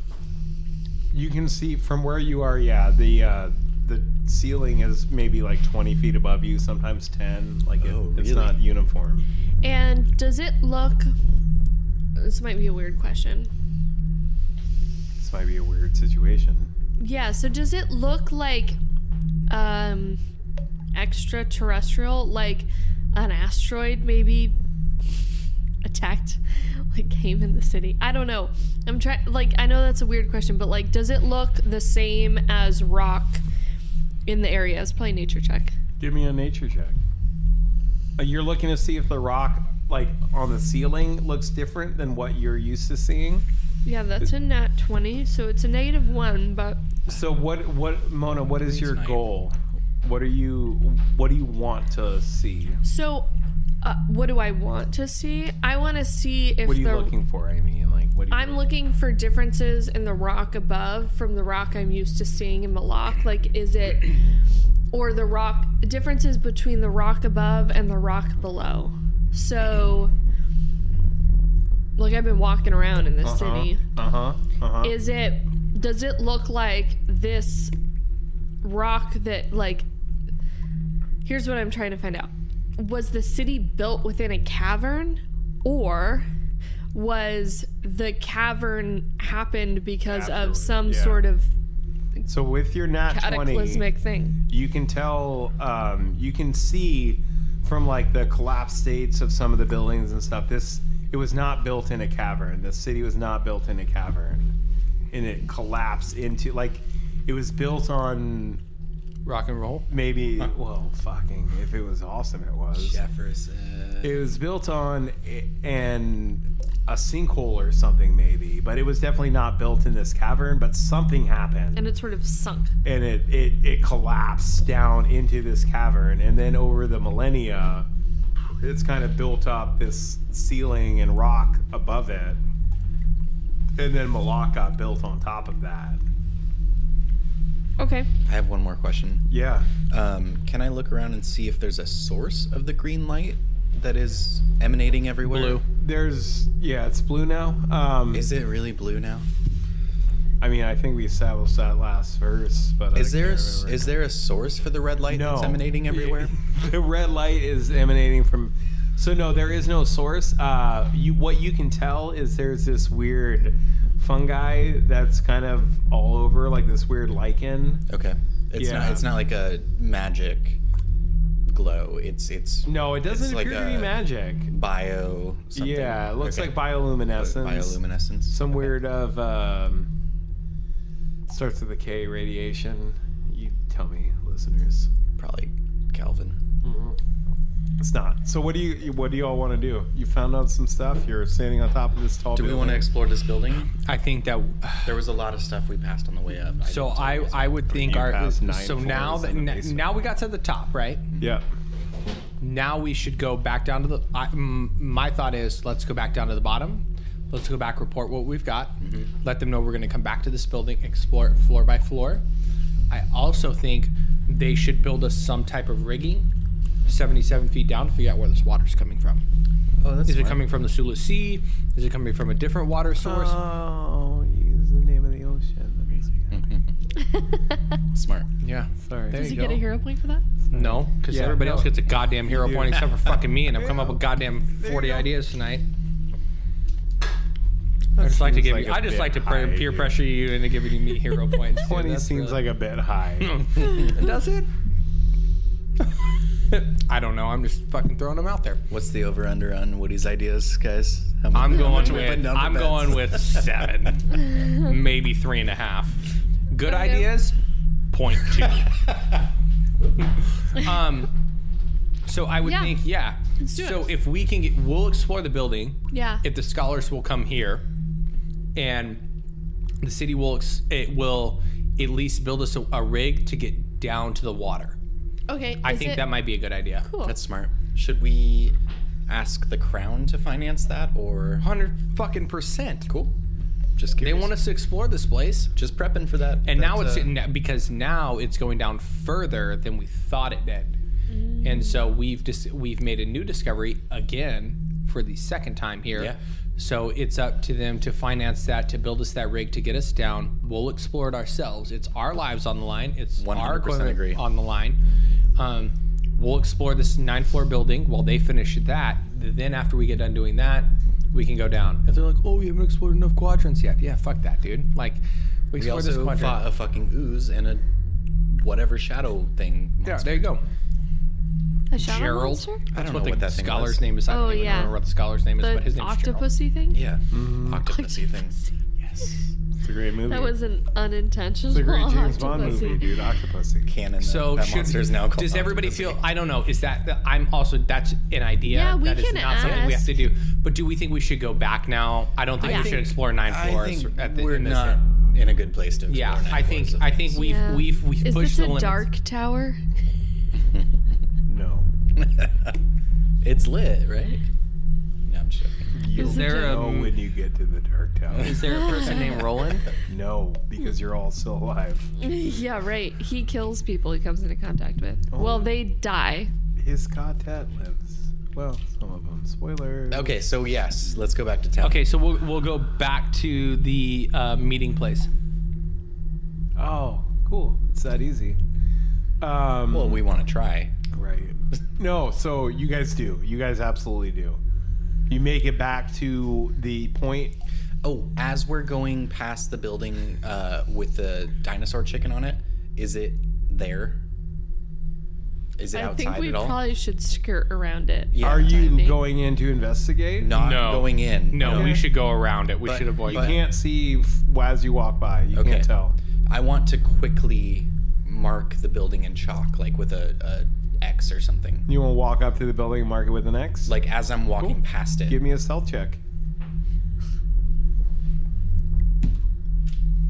A: You can see from where you are. Yeah, the uh, the ceiling is maybe like twenty feet above you, sometimes ten. Like it,
D: Oh,
A: it's
D: really?
A: not uniform.
B: And does it look? This might be a weird question.
A: This might be a weird situation.
B: Yeah. So does it look like, um, extraterrestrial? Like an asteroid maybe attacked, like came in the city? I don't know. I'm trying. Like I know that's a weird question, but like, does it look the same as rock in the area? It's probably nature check.
A: Give me a nature check. Uh, You're looking to see if the rock, like on the ceiling, looks different than what you're used to seeing.
B: Yeah, that's a nat 20, so it's a negative one, but
A: So what? What, Mona? What is your
D: Tonight.
A: goal? What are you? What do you want to see?
B: so uh, what do I want to see? I want to see if
A: What are you
B: the
A: looking for? I mean, like, what? Are you
B: I'm looking for differences in the rock above from the rock I'm used to seeing in Malak. Like, is it or the rock differences between the rock above and the rock below? So, like, I've been walking around in this city.
A: Uh huh. Uh huh.
B: is it does it look like this rock that like here's what i'm trying to find out was the city built within a cavern or was the cavern happened because
A: Afterward,
B: of some
A: yeah.
B: sort of
A: So with your nat twenty,
B: cataclysmic thing
A: you can tell um, you can see from like the collapsed states of some of the buildings and stuff this it was not built in a cavern the city was not built in a cavern and it collapsed into like it was built on
F: Rock and roll.
A: maybe well fucking if it was awesome it was
D: Jefferson.
A: it was built on a- an a sinkhole or something maybe but it was definitely not built in this cavern but something happened
B: and it sort of sunk
A: and it, it, it collapsed down into this cavern and then over the millennia it's kind of built up this ceiling and rock above it and then Malak got built on top of that
B: okay
D: I have one more question.
A: yeah
D: Um, can I look around and see if there's a source of the green light that is emanating everywhere? Blue.
A: there's yeah it's blue now um,
D: Is it really blue now?
A: i mean i think we established that last verse but
D: Is
A: I
D: there a,
A: can't
D: s-
A: remember.
D: is there a source for the red light
A: no
D: that's emanating everywhere?
A: the red light is emanating from so no there is no source uh you what you can tell is there's this weird fungi that's kind of all over like this weird lichen
D: Okay. It's
A: Yeah.
D: not it's not like a magic glow. It's it's
A: no it doesn't
D: It's like
A: appear to be
D: a-
A: magic
D: bio something.
A: yeah it looks
D: Okay.
A: like bioluminescence
D: bioluminescence.
A: some
D: Okay.
A: weird of um starts with a k radiation you tell me listeners
D: probably Calvin.
A: it's not so what do you what do you all want to do you found out some stuff you're standing on top of this tall
D: Do we want to explore this building?
F: I think that.
D: There was a lot of stuff we passed on the way up.
F: So I I would think
A: you
F: our
A: pass nine
F: so now
A: floors
F: that
A: in the
F: n-
A: basement.
F: now we got to the top right
A: yeah
F: now we should go back down to the I, m- my thought is let's go back down to the bottom let's go back report what we've got
D: Mm-hmm.
F: let them know we're going to come back to this building explore it floor by floor i also think they should build us some type of rigging 77 feet down to figure out where this water's coming from
D: Oh, that's
F: is it coming from the sulu sea is it coming from a different water source
D: Uh,
A: Oh, use the name of the ocean. That makes me happy.
D: smart?
F: yeah
A: Sorry.
F: there
B: does he
F: you go.
B: get a hero point for that
F: no because
A: Yeah,
F: everybody
A: no.
F: else gets a goddamn hero
A: do.
F: point except for fucking me and i've come up
A: Yeah.
F: with goddamn 40
A: go.
F: ideas tonight I just like to
A: seems
F: give
A: like
F: you.
A: a
F: I just
A: bit
F: like to pre-
A: high,
F: peer
A: dude.
F: pressure you into giving me hero points. dude.
A: Twenty
F: That's
A: seems
F: really-
A: like a bit high.
F: does it? I don't know. I'm just fucking throwing them out there.
D: What's the over under on Woody's ideas, guys? How many-
F: I'm going
D: we've been
F: with
D: down for
F: I'm
D: bets?
F: going with seven,
A: Hmm.
F: maybe three and a half. Good
B: Okay.
F: ideas, point two. um, so I would
B: Yeah.
F: think yeah.
B: do
F: So
B: it.
F: if we can get, we'll explore the building.
B: Yeah.
F: If the scholars will come here, and the city will ex- it will at least build us a, a rig to get down to the water.
B: okay.
F: I
B: is
F: think
B: it-
F: that might be a good idea.
B: Cool.
D: That's smart. Should we ask the crown to finance that, or
F: Hundred fucking percent.
D: cool? Just
F: They
D: curious.
F: want us to explore this place.
D: just prepping for that.
F: and now
D: But,
F: it's
D: uh,
F: n- because now it's going down further than we thought it did and so we've just we've made a new discovery again for the second time here
D: Yeah.
F: so it's up to them to finance that to build us that rig to get us down we'll explore it ourselves it's our lives on the line it's our
D: 100%
F: equipment
D: agree.
F: on the line um, we'll explore this nine floor building while they finish that then after we get done doing that we can go down if they're like oh we haven't explored enough quadrants yet yeah fuck that dude like we
D: we
F: explore this
D: also
F: quadrant
D: fought a fucking ooze and a whatever shadow thing.
F: Yeah,
D: monster.
F: there you go.
B: a shadow
F: Gerald.
B: monster?
D: I
F: That's
D: don't
F: what
D: know
F: the
D: what that thing
F: scholar's
D: was.
F: name is. I don't
B: Oh,
F: even
B: yeah.
F: remember what the scholar's name is, but his
B: The
F: name is
B: octopusy thing?
D: Yeah,
F: Mm-hmm.
D: octopusy thing.
A: It's a great movie.
B: That was an unintentional.
A: it's a great James Bond
B: octopusy.
A: movie, dude. Octopussy.
D: Canon.
F: Gerald.
D: So that
F: So should,
D: monster is now called.
F: does everybody
D: octopusy.
F: feel? I don't know. Is that that- I'm also that's an idea.
B: Yeah, we
F: that is
B: can
F: not something we have to do. But do we think we should go back now? I don't think
D: I
F: we should
D: think-
F: explore nine
D: I
F: floors.
D: think
F: at the,
D: we're
F: in this
D: not
F: area.
D: in a good place to. explore
F: Yeah,
D: now
F: I think
D: for
F: I
D: this.
F: think we've
B: Yeah.
F: we've we've
B: Is
F: pushed
B: this
F: the
B: a
F: limits.
B: dark tower?
A: No.
D: it's lit, right? No, I'm joking.
A: You'll
B: Is it
F: there a-
A: know when you get to the Dark Tower.
F: Is there a person named Roland?
A: no, because you're all still alive.
B: yeah, right. He kills people he comes into contact with.
F: Oh.
B: Well, they die.
A: His quartet lives. Well, some of them. Spoiler.
D: Okay, so yes, let's go back to town.
F: Okay, so we'll we'll go back to the uh, meeting place.
A: Oh, cool. It's that easy. Um,
D: Well, we want to try.
A: Right. No, so you guys do. You guys absolutely do. You make it back to the point.
D: Oh, as we're going past the building uh, with the dinosaur chicken on it, is it there? Is it
B: I
D: outside
B: think we
D: at all?
B: probably should skirt around it.
D: Yeah.
A: Are you
B: time being.
A: going in to investigate?
D: not
F: No.
D: going in?
F: No, we
A: Okay.
F: should go around it. We
D: But-
F: should avoid.
A: You
D: but-
A: can't see f- as you walk by. You
D: Okay.
A: can't tell.
D: I want to quickly mark the building in chalk, like with a, a X or something.
A: You want to walk up to the building and mark it with an X?
D: Like as I'm walking
A: Cool.
D: past it,
A: Give me a stealth check.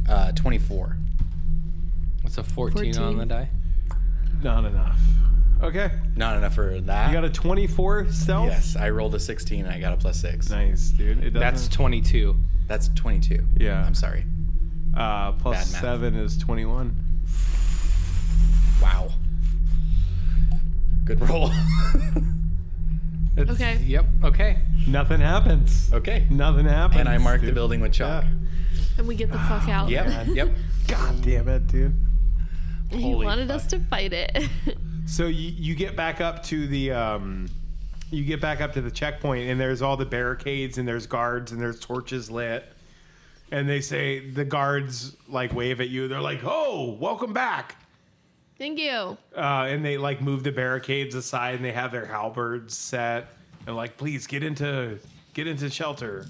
D: uh, 24.
F: What's a 14, on
B: 14.
F: the die?
A: Not enough. Okay.
D: Not enough for that.
A: You got a 24 stealth?
D: yes, I rolled a 16. I got a plus six.
A: Nice, dude. It
F: That's
A: doesn't-
F: 22.
D: That's 22.
A: Yeah.
D: I'm sorry.
A: uh, plus
D: bad math.
A: 7 is 21.
D: Wow. Good roll.
F: It's-
B: Okay.
F: Yep. Okay.
A: Nothing happens.
D: okay.
A: Nothing happens.
D: And I marked the
A: dude.
D: building with chalk.
B: And we get the fuck out.
D: Yep. Yep.
A: God damn it, dude.
B: He
F: Holy
B: wanted us to fight it.
A: So you, you get back up to the um, you get back up to the checkpoint, and there's all the barricades, and there's guards, and there's torches lit, and they say the guards like wave at you. They're like, "Oh, welcome back,"
B: Thank you.
A: uh, and they like move the barricades aside, and they have their halberds set, and like, "Please get into get into shelter."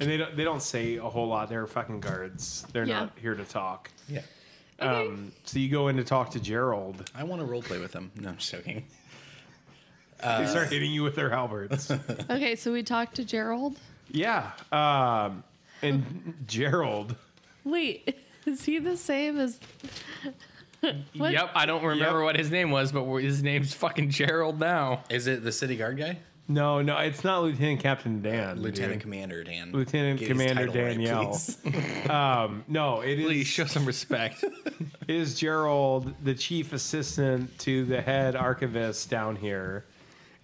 A: And they don't they don't say a whole lot. They're fucking guards. They're
B: Yeah.
A: not here to talk.
D: Yeah.
B: Okay.
A: Um, so you go in to talk to Gerald.
D: I want to role play with him. No, I'm just joking.
A: they start hitting you with their halberds.
B: okay, so we talked to Gerald.
A: Yeah. Um, and Gerald.
B: Wait, is he the same as What?
F: Yep. I don't remember
A: Yep.
F: what his name was, but we're- his name's fucking Gerald now.
D: Is it the city guard guy?
A: No, no, it's not Lieutenant Captain Dan.
D: Lieutenant
A: dude.
D: Commander Dan.
A: Lieutenant
D: Get his
A: Commander
D: title right,
A: Danielle.
D: please.
A: um, no, it is,
F: Please show some respect.
A: it is Gerald, the chief assistant to the head archivist down here.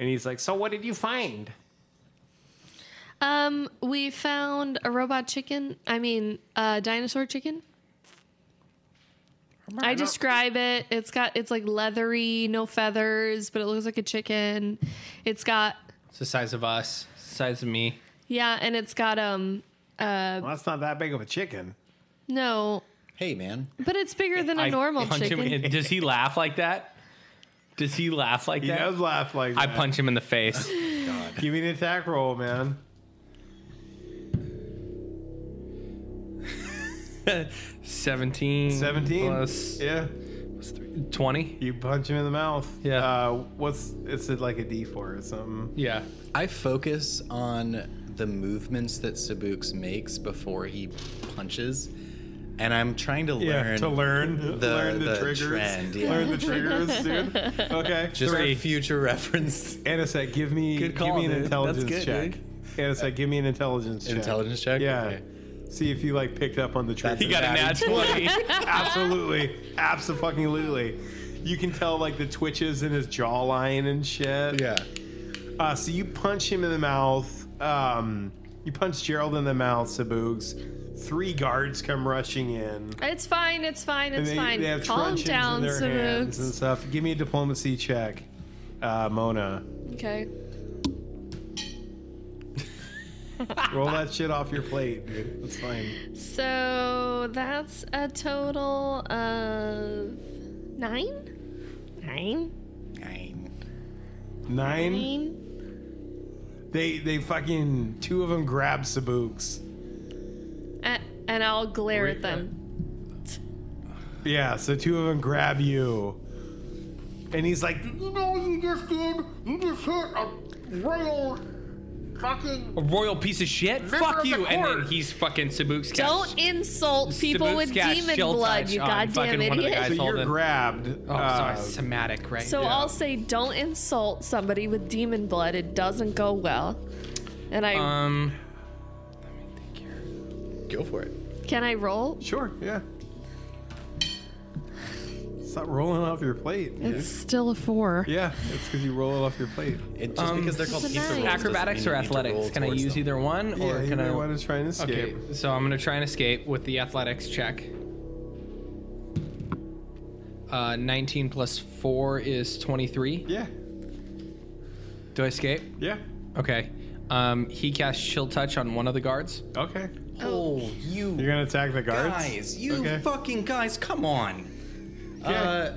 A: And he's like, So what did you find?
B: Um, we found a robot chicken. I mean, a uh, dinosaur chicken. I describe it. It's got it's like leathery, no feathers, but it looks like a chicken. It's got
F: it's the size of us, size of me.
B: yeah, and it's got um
A: Well, that's not that big of a chicken.
B: no,
D: hey, man.
B: but it's bigger than a
F: I
B: normal
F: punch him
B: chicken.
F: in- Does he laugh like that?
G: Does he laugh like
A: He
G: that?
A: does laugh like
F: I
A: that.
F: punch him in the face.
A: Give me an attack roll, man.
F: Seventeen.
A: 17.
F: plus
A: Yeah.
F: twenty.
A: You punch him in the mouth.
F: Yeah.
A: Uh, what's it's like a D4 or something.
F: Yeah.
D: I focus on the movements that Sabuks makes before he punches, and I'm trying to learn.
A: to learn
D: the-
A: learn the,
D: the
A: triggers.
D: trend, yeah.
A: Learn the triggers, dude. Okay.
D: Just
A: Three.
D: for future reference.
A: Anisette, give me
G: Good call,
A: give me an
G: dude. That's
A: intelligence
G: good,
A: check. Anisette, give me an intelligence check.
D: Intelligence check?
A: Yeah.
D: Okay.
A: See if you like picked up on the triggers.
G: He got a nat 20.
A: Absolutely. Absolutely. You can tell like the twitches in his jawline and shit.
D: Yeah.
A: Uh, so you punch him in the mouth. Um, you punch Gerald in the mouth, Saboogs. Three guards come rushing in.
B: It's fine. It's fine. It's
A: they,
B: fine.
A: they have
B: Calm
A: truncheons
B: down,
A: in their hands and
B: Sarooks.
A: stuff. Give me a diplomacy check, uh, Mona.
B: Okay.
A: Roll that shit off your plate, dude. That's fine.
B: So that's a total of nine. Nine.
A: Nine.
B: Nine.
A: They they fucking two of them grab Sabooks.
B: A- and I'll glare at them.
F: uh,
A: Yeah, so two of them grab you. And he's like,
H: You know what you just did? You just hit a royal fucking.
F: A royal piece of shit.
H: Member
F: Fuck
H: of the
F: you. And then
H: court.
F: he's fucking Sabuks. got-
B: Don't insult people
F: Sabuks
B: with
F: got
B: demon
F: shell
B: blood,
F: touch
B: you
F: on
B: goddamn
F: fucking one of the guys.
A: so
B: idiot.
F: told
A: you're
F: him.
A: grabbed.
F: Oh, sorry.
A: uh,
F: Somatic, right?
B: So I'll say, don't insult somebody with demon blood. It doesn't go well. And I
F: um.
D: Go for it.
B: can I roll?
A: Sure, yeah. Stop rolling off your plate. dude.
I: It's still a four.
A: Yeah, it's because you roll it off your plate.
D: It- just because they're called
B: It's a
D: pizza
B: nine.
D: rolls doesn't
F: Um, Acrobatics
D: mean
F: or
D: you need to roll
F: athletics? Can I
D: towards
F: use
D: them.
F: either one, or
A: yeah, you
F: can
A: may
F: I?
A: want to try and escape.
F: Okay, so I'm gonna try and escape with the athletics check. Uh, 19 plus 4 is 23.
A: Yeah,
F: Do I escape?
A: yeah.
F: Okay. Um, he casts Chill Touch on one of the guards.
A: Okay.
D: Oh, you
A: You're gonna attack the guards.
D: guys, you
A: Okay.
D: fucking guys, come on. Uh,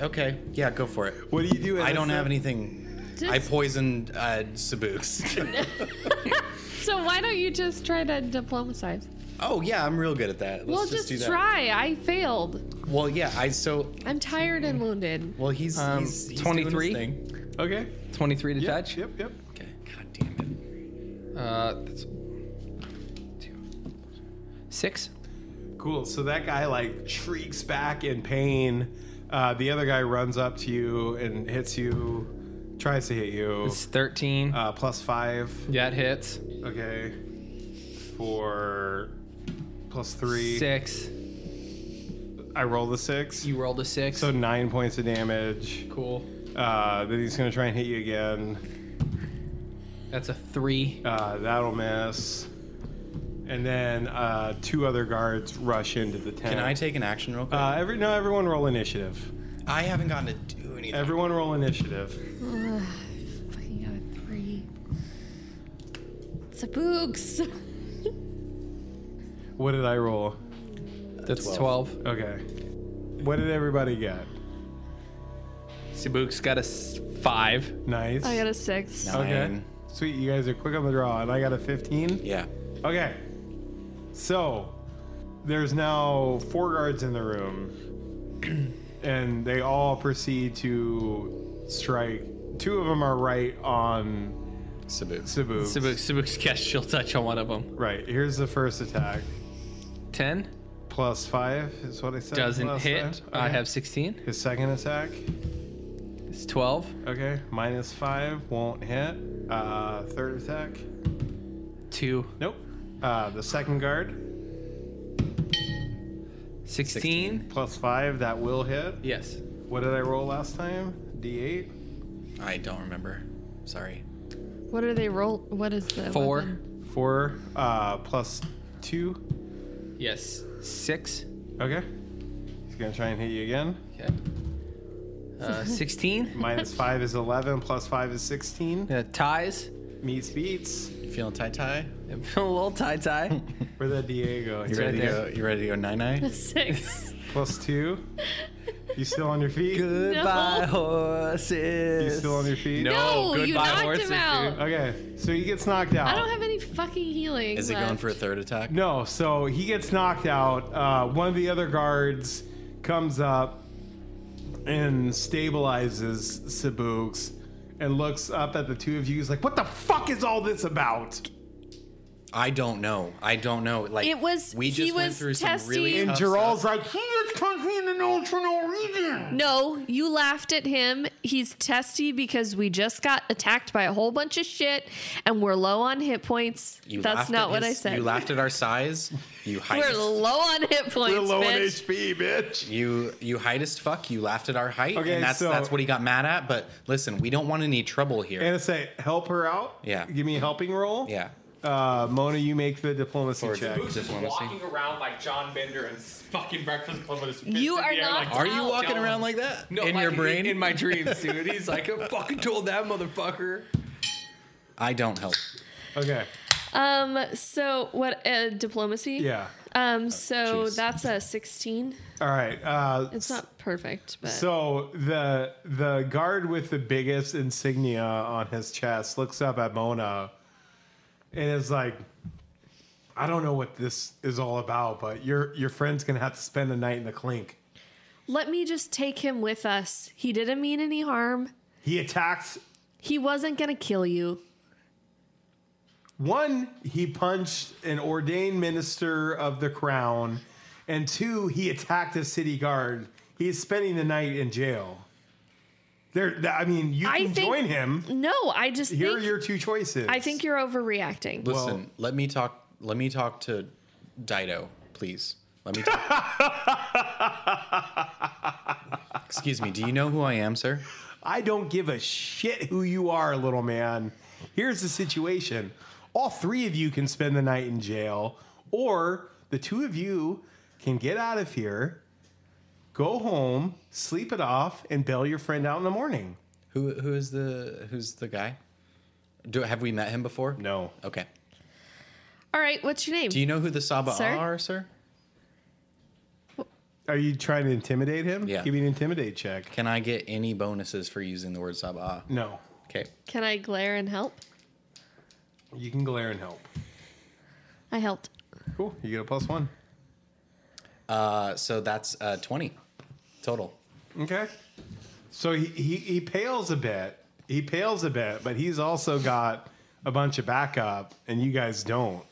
D: okay, yeah, go for it.
A: What do you do?
D: I don't
A: Alyssa?
D: have anything. I poisoned uh, Sabuks.
I: So why don't you just try to diplomacize?
D: oh yeah, I'm real good at that. Let's
I: well,
D: just, do
I: just
D: that.
I: try. I failed.
D: Well, yeah, I so
I: I'm tired and wounded.
D: well he's
F: Um,
D: he's, he's doing his
F: 23?
D: thing.
A: Okay.
F: 23 to
A: Yep,
F: touch.
A: Yep, yep.
D: Okay, god damn
F: Uh, that's two, six.
A: Cool. So that guy like shrieks back in pain. Uh, the other guy runs up to you and hits you, tries to hit you.
F: It's 13.
A: Uh, plus five.
F: yeah, it hits.
A: Okay. For plus three.
F: Six.
A: I roll the six.
F: You rolled a six.
A: So nine points of damage.
F: cool.
A: Uh, then he's gonna try and hit you again.
F: That's a three.
A: Uh, that'll miss. And then uh, two other guards rush into the tent.
D: it. Can I take an action real quick?
A: Uh, every no, everyone roll initiative.
D: I haven't gotten to do anything.
A: Everyone roll initiative.
I: Ugh, fucking got a three. Sabooks.
A: What did I roll?
F: That's 12.
A: Okay. What did everybody get?
F: Sabuks got a s- five.
A: Nice.
I: I got a six.
D: Uh,
A: okay.
D: Nine.
A: Sweet, you guys are quick on the draw, and I got a 15.
D: Yeah.
A: Okay. So there's now four guards in the room, and they all proceed to strike. Two of them are right on
D: Sabuks.
A: Cebu.
F: Sabuks, Sabuks casts Chill Touch on one of them.
A: Right. Here's the first attack.
F: 10
A: Plus five is what I said.
F: doesn't
A: last
F: hit.
A: time.
F: I
A: Okay.
F: have 16.
A: his second attack.
F: It's 12.
A: Okay, minus five won't hit. Uh, third attack.
F: Two.
A: Nope. Uh, the second guard
F: 16.
A: plus five that will hit.
F: Yes.
A: What did I roll last time? D8.
D: I don't remember. Sorry.
I: What are they roll? What is the
F: Four.
I: weapon?
A: Four uh, plus two.
F: Yes. Six.
A: Okay. He's gonna try and hit you again.
F: Okay. Uh, 16.
A: Minus five is eleven. Plus five is sixteen.
F: Uh, ties.
A: Meets beats.
D: You feeling tie tie?
F: I'm feeling a little tie tie.
A: Where that Diego?
D: You
A: Here.
D: ready
F: right
D: to go? You ready to go nine nine?
I: Six.
A: Plus two. You still on your feet?
I: Goodbye, horses.
A: You still on your feet?
D: Oh,
B: No, you
I: goodbye,
B: knocked
I: horses,
B: him out.
I: dude.
A: Okay, so he gets knocked out.
B: I don't have any fucking healing.
D: Is he
B: left.
D: going for a third attack?
A: No, so he gets knocked out. Uh, one of the other guards comes up and stabilizes Sabuks and looks up at the two of you. He's like, "What the fuck is all this about?"
D: I don't know. I don't know. Like
B: It was-
D: we just
B: he
D: went
B: was
D: through some really
B: testing-
A: And
D: tough
A: Geral's
D: stuff.
A: like, "He just comes in and knows for no reason."
B: No, you laughed at him. He's testy because we just got attacked by a whole bunch of shit and we're low on hit points.
D: You
B: That's
D: laughed
B: not
D: at
B: what I
D: his-
B: said.
D: You laughed at our size. You
B: we're
D: heightest.
B: low on hit points.
A: We're low on
B: bitch.
A: HP, bitch.
D: You you heightest fuck. You laughed at our height,
A: Okay,
D: and that's
A: so-
D: that's what he got mad at. But listen, we don't want any trouble here.
A: And I say, "Help her out."
D: Yeah.
A: Give me a helping roll.
D: yeah.
A: Uh, Mona, you make the diplomacy
D: Or
A: check.
D: diplomacy.
J: Just walking around like John Bender and fucking Breakfast Club with his fist
B: You
J: in
B: are
J: the air,
B: not-
J: Like,
D: Are you
B: Ow.
D: walking around like that in
F: like,
D: your brain?
F: In my dreams, dude. He's like, I fucking told that motherfucker.
D: I don't help.
A: Okay.
B: Um, so what uh, diplomacy?
A: Yeah.
B: Um, so
D: Oh, jeez.
B: that's a sixteen.
A: All right. Uh,
B: It's not perfect, but
A: So the the guard with the biggest insignia on his chest looks up at Mona and is like, "I don't know what this is all about, but your your friend's gonna have to spend a night in the clink."
B: let me just take him with us. He didn't mean any harm.
A: He attacks
B: He wasn't gonna kill you.
A: one. He punched an ordained minister of the crown, and two. He attacked a city guard. He is spending the night in jail. There, I mean, you
B: I
A: can
B: think-
A: join him.
B: No, I just
A: Here are
B: think
A: your two choices.
B: I think you're overreacting.
D: Listen, let me talk. Let me talk to Dido, please. Let me. talk. Excuse me. Do you know who I am, sir?
A: I don't give a shit who you are, little man. Here's the situation all three of you can spend the night in jail, or the two of you can get out of here, go home, sleep it off, and bail your friend out in the morning.
D: Who who is the who's the guy? Do have we met him before?
A: No.
D: Okay.
B: All right, what's your name?
D: Do you know who the Saba
B: Sir?
D: are, sir?
A: Are you trying to intimidate him?
D: Yeah.
A: Give me an intimidate check.
D: Can I get any bonuses for using the word Saba?
A: No.
D: Okay.
B: Can I glare and help?
A: You can glare and help.
B: I helped.
A: Cool. You get a plus one.
D: Uh, so that's uh, twenty total.
A: Okay. So he, he, he pales a bit. He pales a bit, but he's also got a bunch of backup, and you guys don't.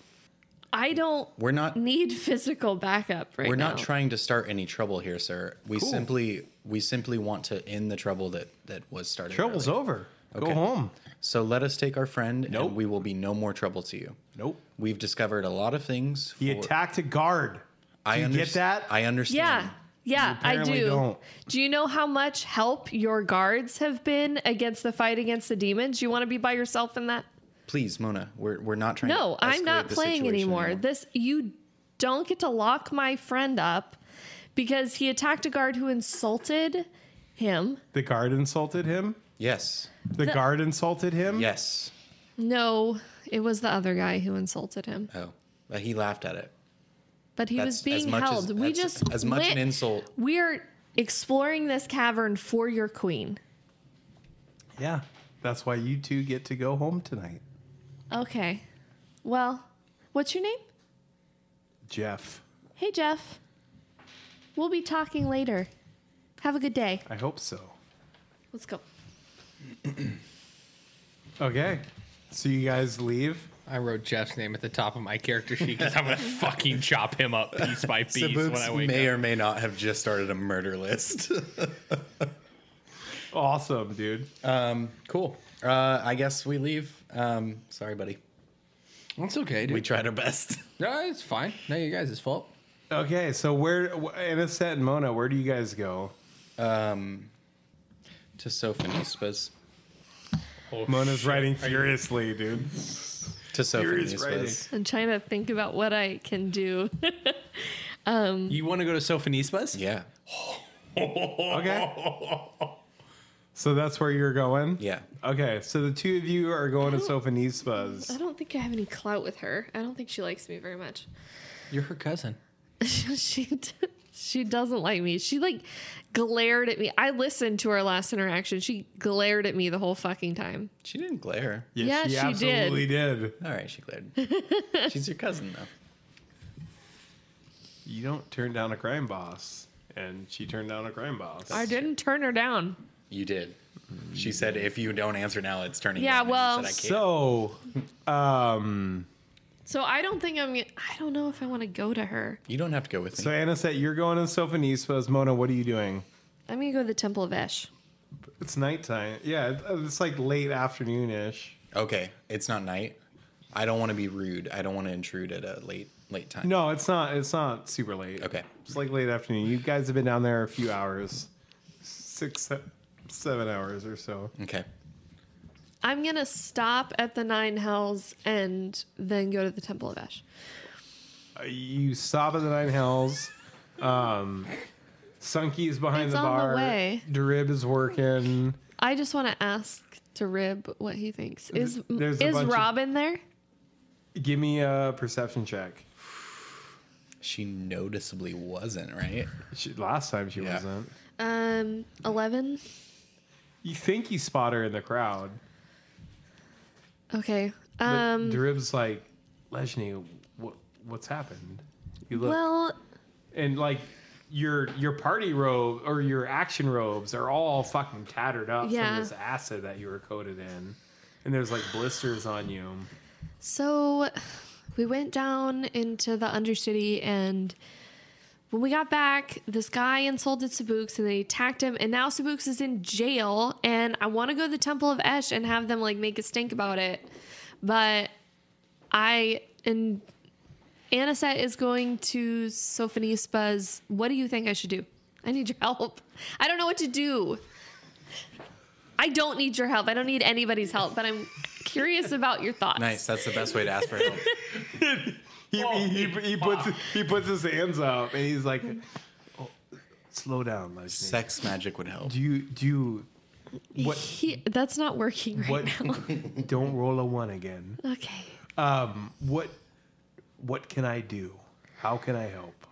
B: I don't
D: We're not
B: need physical backup right
D: we're
B: now.
D: not trying to start any trouble here, sir. We
A: Cool.
D: simply we simply want to end the trouble that that was started.
A: Trouble's
D: early.
A: over. Go
D: Okay.
A: home.
D: So let us take our friend,
A: Nope.
D: and we will be no more trouble to you.
A: Nope.
D: We've discovered a lot of things.
A: He
D: for-
A: attacked a guard.
D: I
A: you
D: underst-
A: get that?
D: I understand.
B: Yeah. Yeah, I
A: apparently
B: do.
A: don't.
B: Do you know how much help your guards have been against the fight against the demons? You want to be by yourself in that?
D: Please, Mona, we're we're not trying.
B: No,
D: to
B: I'm
D: escalate
B: not
D: the
B: playing
D: situation
B: anymore. This you don't get to lock my friend up because he attacked a guard who insulted him.
A: The guard insulted him.
D: yes,
A: The, guard insulted him.
D: yes.
B: No, it was the other guy who insulted him.
D: Oh, but he laughed at it.
B: But he
D: That's
B: was being
D: as much as-
B: held. we
D: that's
B: just
D: as much
B: went-
D: an insult.
B: We're exploring this cavern for your queen.
A: Yeah. That's why you two get to go home tonight.
B: Okay. Well, what's your name?
A: Jeff.
B: Hey, Jeff. We'll be talking later. Have a good day.
A: I hope so.
B: Let's go.
A: Okay. So you guys leave.
F: I wrote Jeff's name at the top of my character sheet because I'm gonna fucking chop him up piece by piece when I
D: Sabuks
F: wake
D: may
F: up.
D: or may not have just started a murder list.
A: Awesome, dude.
D: um, cool. Uh, I guess we leave. Um, sorry, buddy.
F: That's okay, dude.
D: We tried our best.
F: no, it's fine. No, you guys' fault.
A: Okay. So where, Anisette and Mona, where do you guys go?
D: Um, to Sophonispas.
A: Mona's writing furiously, dude.
D: To
A: Furious
D: Sophonispas.
B: I'm trying to think about what I can do.
F: You want to go to Sophonisba's?
D: Yeah.
A: Okay. So that's where you're going?
D: Yeah.
A: Okay. So the two of you are going to
B: I
A: Sophonisba's.
B: don't think I have any clout with her. I don't think she likes me very much.
F: You're her cousin.
B: she d- She doesn't like me. She like glared at me. I listened to our last interaction. She glared at me the whole fucking time.
K: She didn't glare.
B: Yeah,
A: she,
B: she
A: absolutely did.
K: All right, she glared. She's your cousin though.
A: You don't turn down a crime boss, and she turned down a crime boss.
B: I didn't turn her down.
K: You did. She said, "If you don't answer now, it's turning."
B: Yeah,
K: down." And you
B: well,
K: said, I can't.
A: So, um,
B: So I don't think I'm. I don't know if I want to go to her.
K: you don't have to go with me.
A: so Anna said you're going to Sophonisba's. Mona, what are you doing?
B: I'm gonna go to the Temple of Esh.
A: It's nighttime. Yeah, it- uh, it's like late afternoon ish.
K: okay, it's not night. I don't want to be rude. I don't want to intrude at a late late time.
A: No, it's not. It's not super late.
K: Okay.
A: it's like late afternoon. You guys have been down there a few hours, six, se- seven hours or so.
K: Okay.
B: I'm gonna stop at the Nine Hells and then go to the Temple of Ash.
A: Uh, you stop at the Nine Hells. Um, Sunky is behind
B: It's
A: the
B: on the
A: bar.
B: way.
A: Darib is working.
B: I just want to ask to Rib what he thinks. Is
A: There's a
B: is
A: bunch of-
B: Robin there?
A: Give me a perception check.
K: She noticeably wasn't right.
A: She, last time she
K: Yeah.
A: wasn't.
B: Um, eleven.
A: You think you spot her in the crowd.
B: Okay.
A: but
B: Um.
A: Darib's like, Lejny, what, what's happened? You look,
B: Well,
A: and like your your party robe or your action robes are all fucking tattered up
B: Yeah.
A: from this acid that you were coated in, and there's like blisters on you.
B: So we went down into the Undercity, and when we got back, this guy insulted Sabuks and then he attacked him. And now Sabuks is in jail. And I want to go to the Temple of Esh and have them like make a stink about it. But I and Aniset is going to Sophonisba's. What do you think I should do? I need your help. I don't know what to do. I don't need your help. I don't need anybody's help, but I'm curious about your thoughts.
K: Nice. That's the best way to ask for help.
A: He, he, he, he puts he puts his hands up and he's like, "Oh, slow down, Lejny.
K: Sex magic would help.
A: do you do you, what
B: He, that's not working right
A: what?
B: now.
A: don't roll a one again.
B: Okay.
A: Um, what what can I do? How can I help?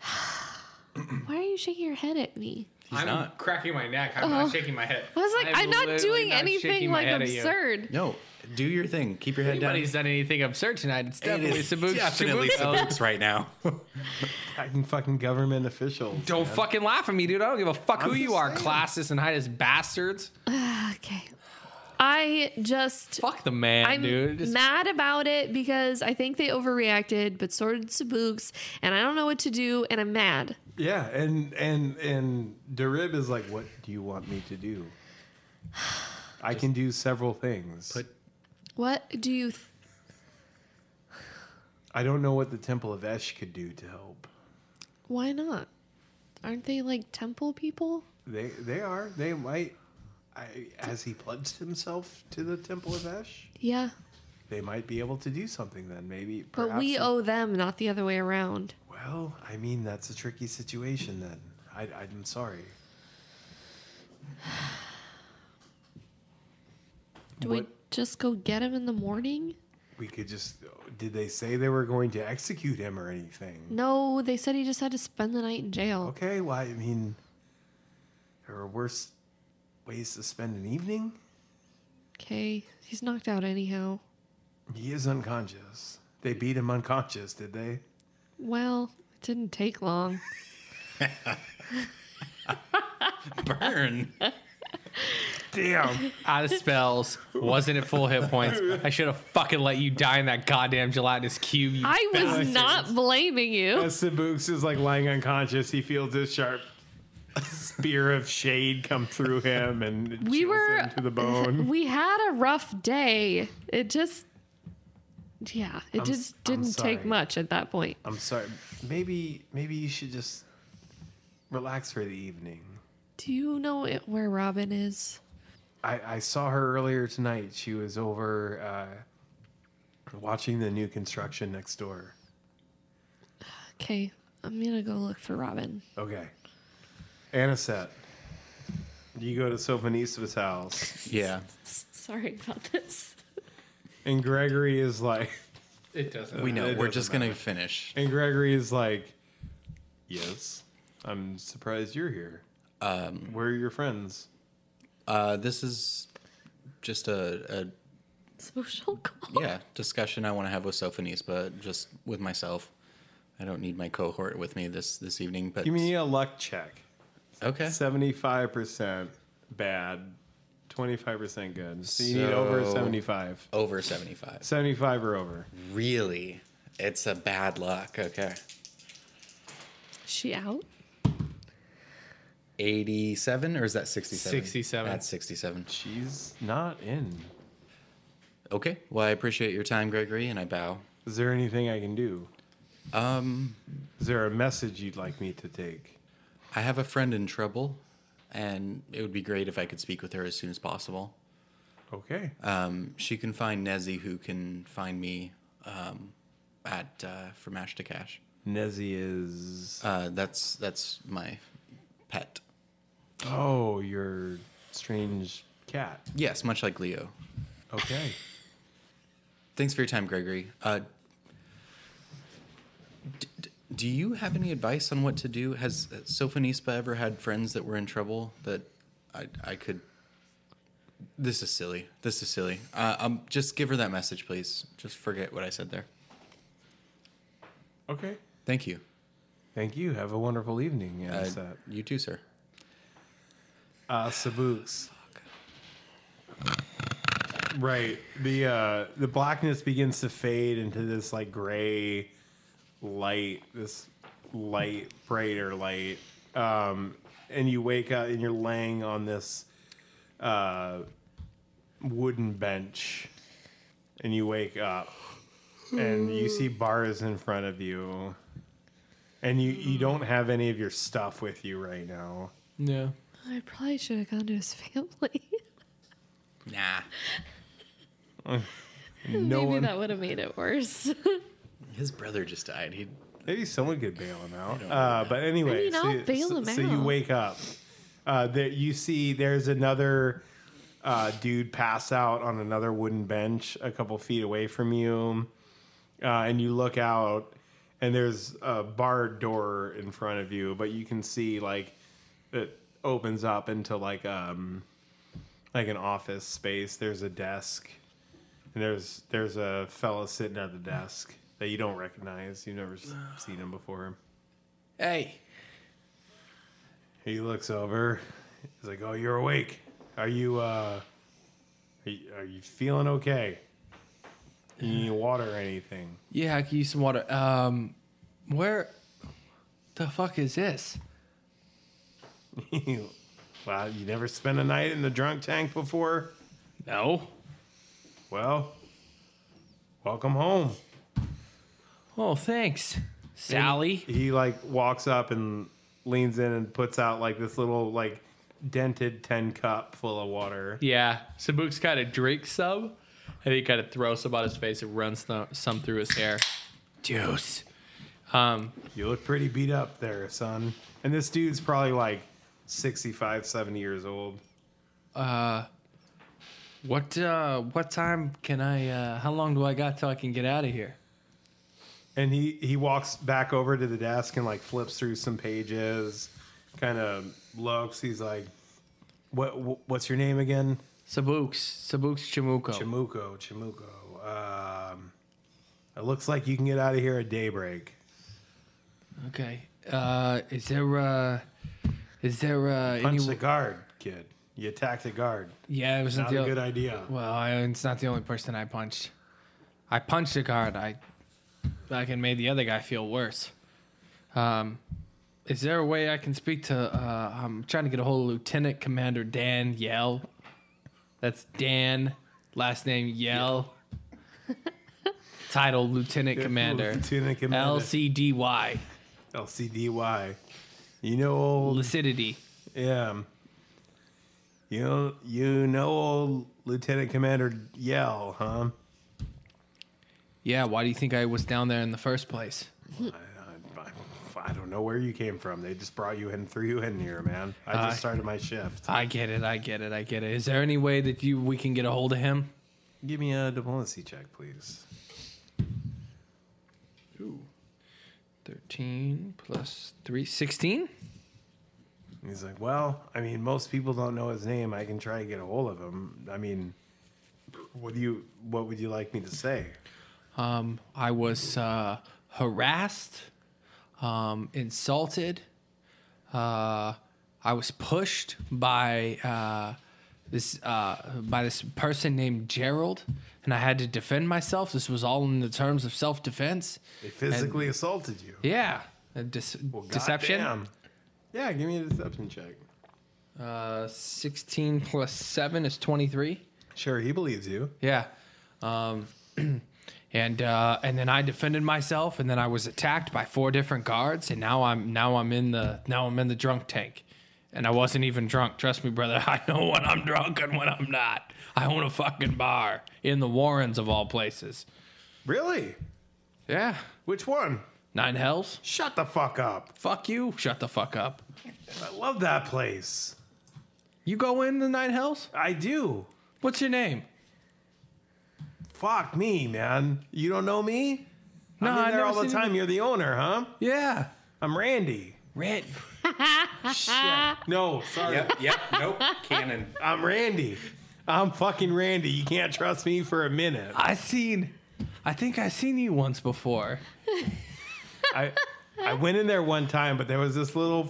B: Why are you shaking your head at me?
K: He's
L: I'm
K: not.
L: cracking my neck. I'm
B: Oh.
L: not shaking my head.
B: I was like, I'm,
F: I'm
B: not
F: literally
B: doing
F: not
B: anything
F: shaking my
B: like
F: head at you.
B: absurd.
K: No, do your thing. Keep your head down.
F: Nobody's done anything absurd tonight. It's
K: It
F: definitely
K: is
F: Sabuks.
K: definitely
F: Sabuks.
K: Sabuks right now.
A: Attacking fucking government officials.
F: Don't fucking laugh at me, dude. I don't give a fuck who you
A: just
F: are,
A: saying.
F: classist and hideous bastards.
B: Okay. I just
F: Fuck the man,
B: I'm
F: dude. Just-
B: mad about it because I think they overreacted, but so did Sabuks, and I don't know what to do, and I'm mad.
A: Yeah, and and and Darib is like, what do you want me to do? I can do several things.
K: put-
B: What do you? Th-
A: I don't know what the Temple of Esh could do to help.
B: Why not? Aren't they like temple people?
A: They they are they might. I, has he pledged himself to the Temple of Esh?
B: Yeah,
A: They might be able to do something then. Maybe,
B: but
A: perhaps
B: we
A: he-
B: owe them, not the other way around.
A: Well, I mean that's a tricky situation then. I, I'm sorry.
B: Do we
A: What-
B: just go get him in the morning?
A: We could just. Did they say they were going to execute him or anything?
B: No, they said he just had to spend the night in jail.
A: Okay, well, I mean, there are worse ways to spend an evening.
B: Okay, he's knocked out anyhow.
A: He is unconscious. They beat him unconscious, did they?
B: Well, it didn't take long.
K: Burn.
A: Damn.
F: out of spells, wasn't at full hit points. I should have fucking let you die in that goddamn gelatinous cube. You
B: I was not blaming you.
A: As Sabooks is like lying unconscious, he feels this sharp spear of shade come through him and it
B: We
A: chills
B: were
A: him to the bone.
B: We had a rough day. It just yeah, it
A: s-
B: just
A: I'm
B: didn't take
A: sorry.
B: much at that point.
A: I'm sorry. Maybe maybe you should just relax for the evening.
B: Do you know it, where Robin is?
A: I, I saw her earlier tonight. She was over uh, watching the new construction next door.
B: Okay, I'm gonna go look for Robin.
A: Okay. Anisette, you go to Sophonista's house,
K: Yeah.
B: Sorry about this.
A: and Gregory is like,
L: It doesn't.
K: We know.
A: It
K: We're
A: doesn't
K: just gonna finish.
A: and Gregory is like, yes, I'm surprised you're here. Um, Where are your friends?
D: Uh, this is just a,
B: Social call.
D: a yeah discussion I want to have with Sophonies, but just with myself. I don't need my cohort with me this this evening. But
A: Give me a luck check.
D: okay.
A: Seventy-five percent bad, twenty-five percent good. So you need over
D: So-
A: seventy-five.
D: Over seventy five.
A: Seventy-five or over.
D: Really, it's a bad luck. Okay.
B: She out?
D: 87 or is that 67?
F: 67.
D: That's 67.
A: She's not in.
D: Okay. Well, I appreciate your time, Gregory, and I bow.
A: Is there anything I can do?
D: Um,
A: Is there a message you'd like me to take?
D: I have a friend in trouble, and it would be great if I could speak with her as soon as possible.
A: Okay.
D: Um, she can find Nezzy, who can find me um, at uh, From Ash to Cash.
A: Nezzy is.
D: Uh, that's that's my pet.
A: Oh, your strange cat.
D: Yes, much like Leo.
A: Okay.
D: Thanks for your time, Gregory. Uh, d- d- do you have any advice on what to do? Has uh, Sophonispa ever had friends that were in trouble that I, I could? This is silly. This is silly. Uh, um, just give her that message, please. Just forget what I said there.
A: Okay.
D: Thank you.
A: Thank you. Have a wonderful evening,
D: Uh,
A: Anisette.
D: you too, sir.
A: Uh, Sabuks. Right. The uh, the blackness begins to fade into this like gray light, this light, brighter light. Um, and you wake up and you're laying on this uh, wooden bench. And you wake up and you see bars in front of you. And you, you don't have any of your stuff with you right now.
F: Yeah.
B: I probably should have gone to his family.
D: Nah.
A: No
B: Maybe
A: one
B: that would have made it worse.
D: His brother just died. He.
A: Maybe someone could bail him out. Uh, but anyway,
B: mean, I'll bail
A: so,
B: him
A: so you
B: out.
A: wake up. Uh, there, you see, there's another uh, dude pass out on another wooden bench a couple feet away from you, uh, and you look out, and there's a barred door in front of you, but you can see like it opens up into like um like an office space. There's a desk, and there's there's a fella sitting at the desk that you don't recognize. You've never s- seen him before.
F: Hey.
A: He looks over. He's like, "Oh, you're awake. Are you uh, are you, are you feeling okay? You need water or anything?"
F: Yeah, I can use some water. Um, where the fuck is this?
A: wow, you never spent a night in the drunk tank before?
F: No.
A: Well, welcome home.
F: Oh, thanks, Sally.
A: He like walks up and leans in and puts out like this little like dented ten cup full of water.
F: Yeah, Sabuk's got a drink sub, and he kind of throws some on his face and runs th- some through his hair. Juice. Um,
A: You look pretty beat up there, son. And this dude's probably like 65, 70 years old.
F: what uh, what time can I? Uh, how long do I got till I can get out of here?
A: And he he walks back over to the desk and like flips through some pages, kind of looks. He's like, "What wh- what's your name again?"
F: Sabuk's Sabuk's Chamuko.
A: Chimuko. Chimuko. Um, it looks like you can get out of here at daybreak.
F: okay. Uh, is there uh, is there uh, any?
A: Punch the guard, kid. You attacked the guard.
F: Yeah, it was
A: Not
F: the
A: a
F: o-
A: good idea.
F: Well, I, it's not the only person I punched. I punched a guard. I fucking made the other guy feel worse. Um, is there a way I can speak to? Uh, I'm trying to get a hold of Lieutenant Commander Dan Yell. That's Dan, last name Yell. Title Lieutenant Commander.
A: Lieutenant Commander.
F: LCDY.
A: LCDY. You know old
F: Lucidity.
A: yeah. You know you know old Lieutenant Commander Yell, huh?
F: Yeah, why do you think I was down there in the first place?
A: I, I, I don't know where you came from. They just brought you in, threw you in here, man. I just
F: Aye.
A: started my shift.
F: I get it. I get it. I get it. Is there any way that you we can get a hold of him?
A: Give me a diplomacy check, please.
F: 13 plus 3 16
A: And he's like, well, I mean, most people don't know his name. I can try to get a hold of him. I mean, what do you? What would you like me to say?
F: Um, I was uh, harassed, um, insulted. Uh, I was pushed by uh, this uh, by this person named Gerald, and I had to defend myself. This was all in the terms of self defense.
A: They physically assaulted you.
F: Yeah, Uh, dis- deception.
A: Goddamn. Yeah, give me a deception check.
F: Uh, Sixteen plus seven is twenty three.
A: Sure, he believes you.
F: Yeah. Um, and uh, and then I defended myself, and then I was attacked by four different guards, and now I'm now I'm in the now I'm in the drunk tank, and I wasn't even drunk. Trust me, brother. I know when I'm drunk and when I'm not. I own a fucking bar in the Warrens of all places.
A: Really?
F: Yeah,
A: Which one?
F: nine hells.
A: Shut the fuck up.
F: Fuck you. Shut the fuck up.
A: I love that place.
F: You go in the nine hells.
A: I do.
F: What's your name?
A: Fuck me, man. You don't know me?
F: No,
A: I'm in
F: I've
A: there
F: never
A: all the
F: seen
A: time. You're the owner, huh?
F: You. Yeah,
A: I'm Randy.
F: red.
A: No, sorry.
D: Yep, yep, nope, canon.
A: I'm Randy. I'm fucking Randy. You can't trust me for a minute.
F: I seen. I think I seen you once before.
A: I I went in there one time, but there was this little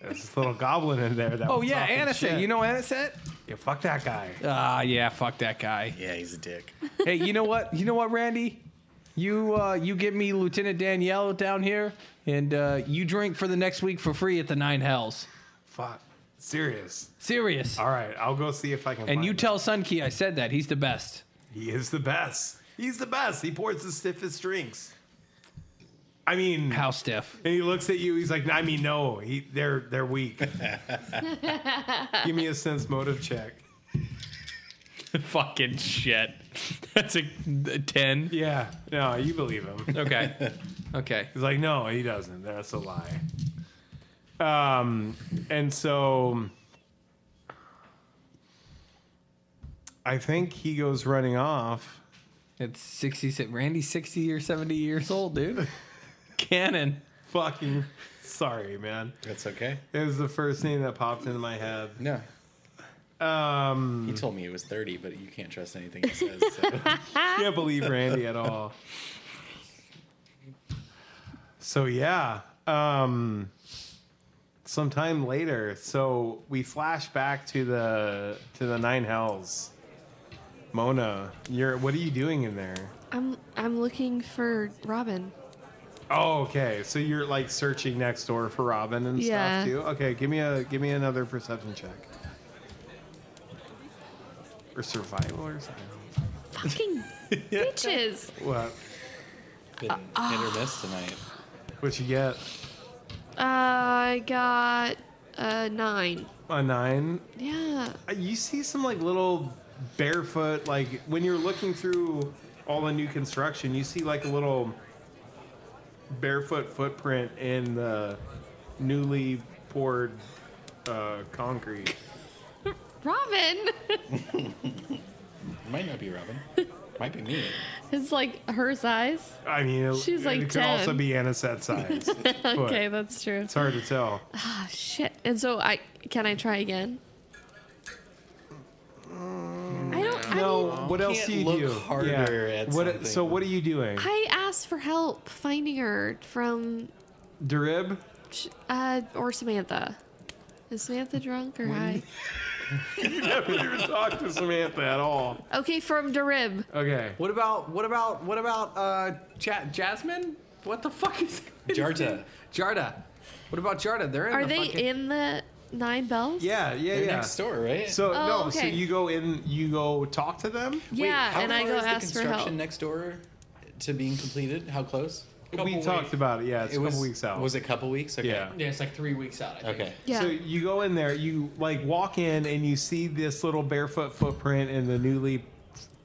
A: there was this little goblin in there that
F: Oh
A: was
F: yeah,
A: talking shit.
F: Anisette. You know Anisette?
A: Yeah, fuck that guy.
F: Ah, yeah, fuck that guy.
D: Yeah, he's a dick.
F: hey, you know what? You know what, Randy? You uh, you get me Lieutenant Danielle down here, and uh, you drink for the next week for free at the Nine Hells.
A: Fuck. Serious.
F: Serious.
A: All right, I'll go see if I can
F: and
A: find
F: you
A: him.
F: tell Sunkey I said that. He's the best.
A: He is the best. He's the best. He pours the stiffest drinks. I mean,
F: How stiff?
A: and he looks at you. He's like, I mean, no, he, they're they're weak. Give me a sense motive check.
F: Fucking shit. That's a, a ten.
A: Yeah, no, you believe him.
F: Okay. Okay.
A: He's like, no, he doesn't. That's a lie. Um, and so I think he goes running off.
F: It's sixty. se- Randy's sixty or seventy years old, dude. Cannon.
A: Fucking sorry, man.
D: That's okay.
A: It was the first thing that popped into my head.
D: No,
A: Um,
D: he told me it was 30, but you can't trust anything he says. So.
A: can't believe Randy at all. So yeah, um, sometime later. So we flash back to the to the nine hells. Mona, you're what are you doing in there?
B: I'm I'm looking for Robin.
A: Oh, okay. So you're like searching next door for Robin and
B: Yeah.
A: stuff too. Okay, give me a give me another perception check. Or survival or something.
B: Fucking bitches.
A: What?
D: Been hit or miss tonight.
A: What you get?
B: Uh, I got a nine.
A: A nine?
B: Yeah.
A: Uh, You see some like little barefoot, like when you're looking through all the new construction, you see like a little barefoot footprint in the newly poured uh, concrete.
B: Robin.
D: Might not be Robin. Might be me.
I: It's like her size.
A: I mean, it,
B: She's,
A: it
B: like,
A: could
B: 10.
A: also be Anisette size.
I: Okay,
A: okay,
I: that's true.
A: it's hard to tell.
B: Ah, shit. And so I can I try again? I don't. I, mean,
A: No, what else do
D: Can't
A: you
D: look
A: do?
D: harder at
A: what, so
D: something.
A: what are you doing,
B: I asked for help finding her from
A: Darib?
B: Sh- Uh, or Samantha. Is Samantha drunk or high?
A: Never even talked to Samantha at all.
B: Okay, from Darib.
A: Okay.
F: What about what about what about uh ja- Jasmine? What the fuck is
D: Jarta.
F: Jarda? What about Jarda? They're in
B: Are
F: the
B: they
F: fucking-
B: in the Nine Bells?
A: Yeah, yeah,
D: They're
A: yeah.
D: next door, right?
A: So
B: Oh,
A: no, so
B: okay.
A: you go in, you go talk to them.
B: Yeah, and I go ask for help.
D: next door to being completed? How close?
A: we talked about it. Yeah, it's a couple weeks out.
D: Was it a couple weeks? Okay.
A: Yeah.
F: Yeah, it's like three weeks out. I think.
D: Okay.
B: yeah.
A: So you go in there, you like walk in, and you see this little barefoot footprint in the newly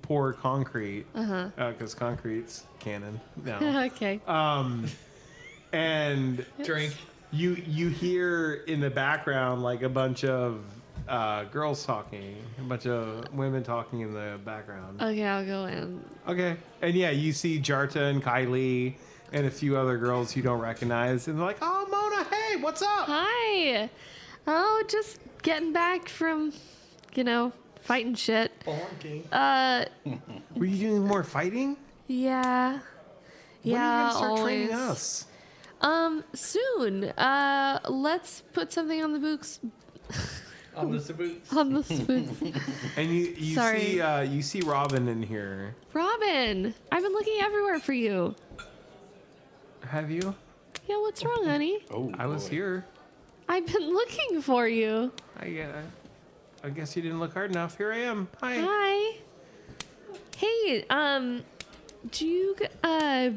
A: poured concrete. Uh-huh. Because concrete's cannon now.
I: okay.
A: um, and
F: Drink.
A: you you hear in the background like a bunch of uh, girls talking, a bunch of women talking in the background.
B: okay, I'll go in.
A: Okay. And yeah, you see Jarta and Kylie and a few other girls you don't recognize, and they're like, "Oh, Mona, hey, what's up?"
I: Hi.
B: Oh, just getting back from, you know, fighting shit. Uh,
A: Were you doing more fighting?
B: yeah.
A: When are you
B: Yeah,
A: gonna start training
B: always.
A: us?
B: Um, soon. Uh, let's put something on the books.
M: On the boots.
B: On the spooks.
A: And you, you
B: Sorry.
A: see, uh, you see Robin in here.
B: Robin, I've been looking everywhere for you.
A: Have you?
B: Yeah, what's wrong, honey?
A: I was here.
B: I've been looking for you.
A: I, uh, I guess you didn't look hard enough. Here I am. Hi.
B: Hi. Hey, um, do you, g- uh,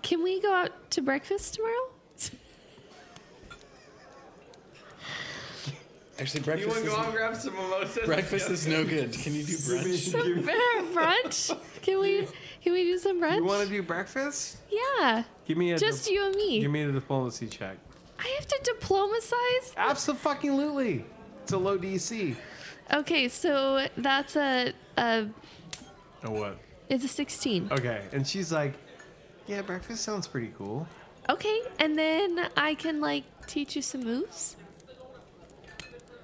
B: can we go out to breakfast tomorrow?
D: Actually, breakfast. is,
F: grab some mimosas?
D: breakfast is no good. Can you do brunch?
B: Some brunch? Can we, can we do some brunch?
A: You want to do breakfast?
B: yeah,
A: Give me a
B: just
A: dip-
B: you and me.
A: Give me a diplomacy check.
B: I have to diplomacize?
A: Absolutely. It's a low DC.
B: Okay, so that's a, a
A: Oh what?
B: it's a 16.
A: Okay. And she's like, "Yeah, breakfast sounds pretty cool."
B: Okay, and then I can like teach you some moves?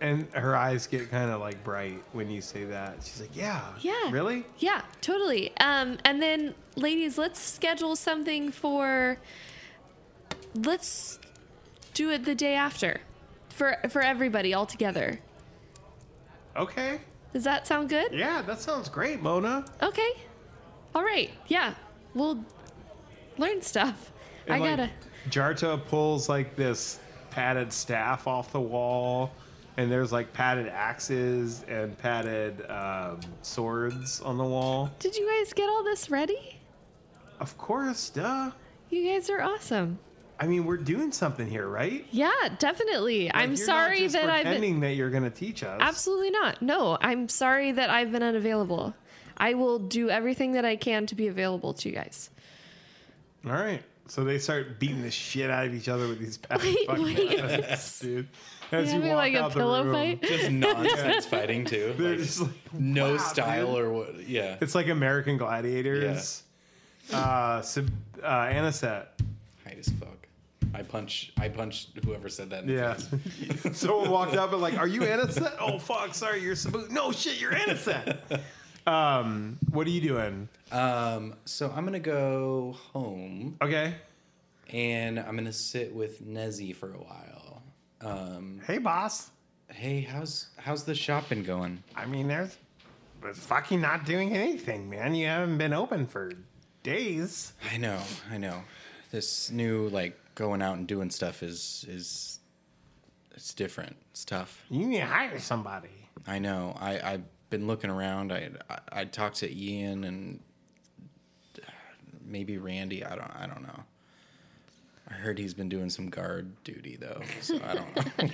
A: And her eyes get kind of like bright when you say that. She's like, "Yeah."
B: Yeah.
A: Really?
B: Yeah, totally. Um, and then, ladies, let's schedule something for. Let's do it the day after, for for everybody all together.
A: Okay.
B: Does that sound good?
A: Yeah, that sounds great, Mona.
B: Okay. All right. Yeah, we'll learn stuff. I
A: And, like,
B: gotta.
A: Jarta pulls like this padded staff off the wall, and there's like padded axes and padded um, swords on the wall.
B: Did you guys get all this ready?
A: Of course, duh.
B: You guys are awesome.
A: I mean, we're doing something here, right?
B: Yeah, definitely.
A: Like,
B: I'm
A: you're not
B: sorry
A: just
B: that I've.
A: pretending that you're going to teach us.
B: Absolutely not. No, I'm sorry that I've been unavailable. I will do everything that I can to be available to you guys.
A: All right. So they start beating the shit out of each other with these padded
B: Wait,
A: fucking
B: wait.
A: axes, dude. As
B: Yeah,
A: you
B: we
A: walk
B: like a
A: out the
B: pillow
A: room,
B: fight.
D: Just nonsense fighting too.
A: they're
D: Like,
A: just like,
D: no
A: wow,
D: style
A: dude.
D: or what? Yeah.
A: It's like American Gladiators. Uh, sub, uh, Anisette.
D: Height as fuck. I punch. I punch whoever said that. In
A: Yeah.
D: The face.
A: Someone walked up and like, "Are you innocent? oh fuck, sorry, you're Sabu. No shit, you're innocent." um, what are you doing?
D: Um. So I'm gonna go home
A: Okay.
D: and I'm gonna sit with Nezzy for a while. Um.
A: Hey, boss.
D: Hey, how's how's the shop been going?
A: I mean, there's it's fucking not doing anything, man. You haven't been open for days.
D: I know, I know. This new like going out and doing stuff is is it's different. It's tough.
A: You need to hire somebody.
D: I know. I I've been looking around. I I, I talked to Ian and maybe Randy. I don't I don't know. I heard he's been doing some guard duty though, so I don't know.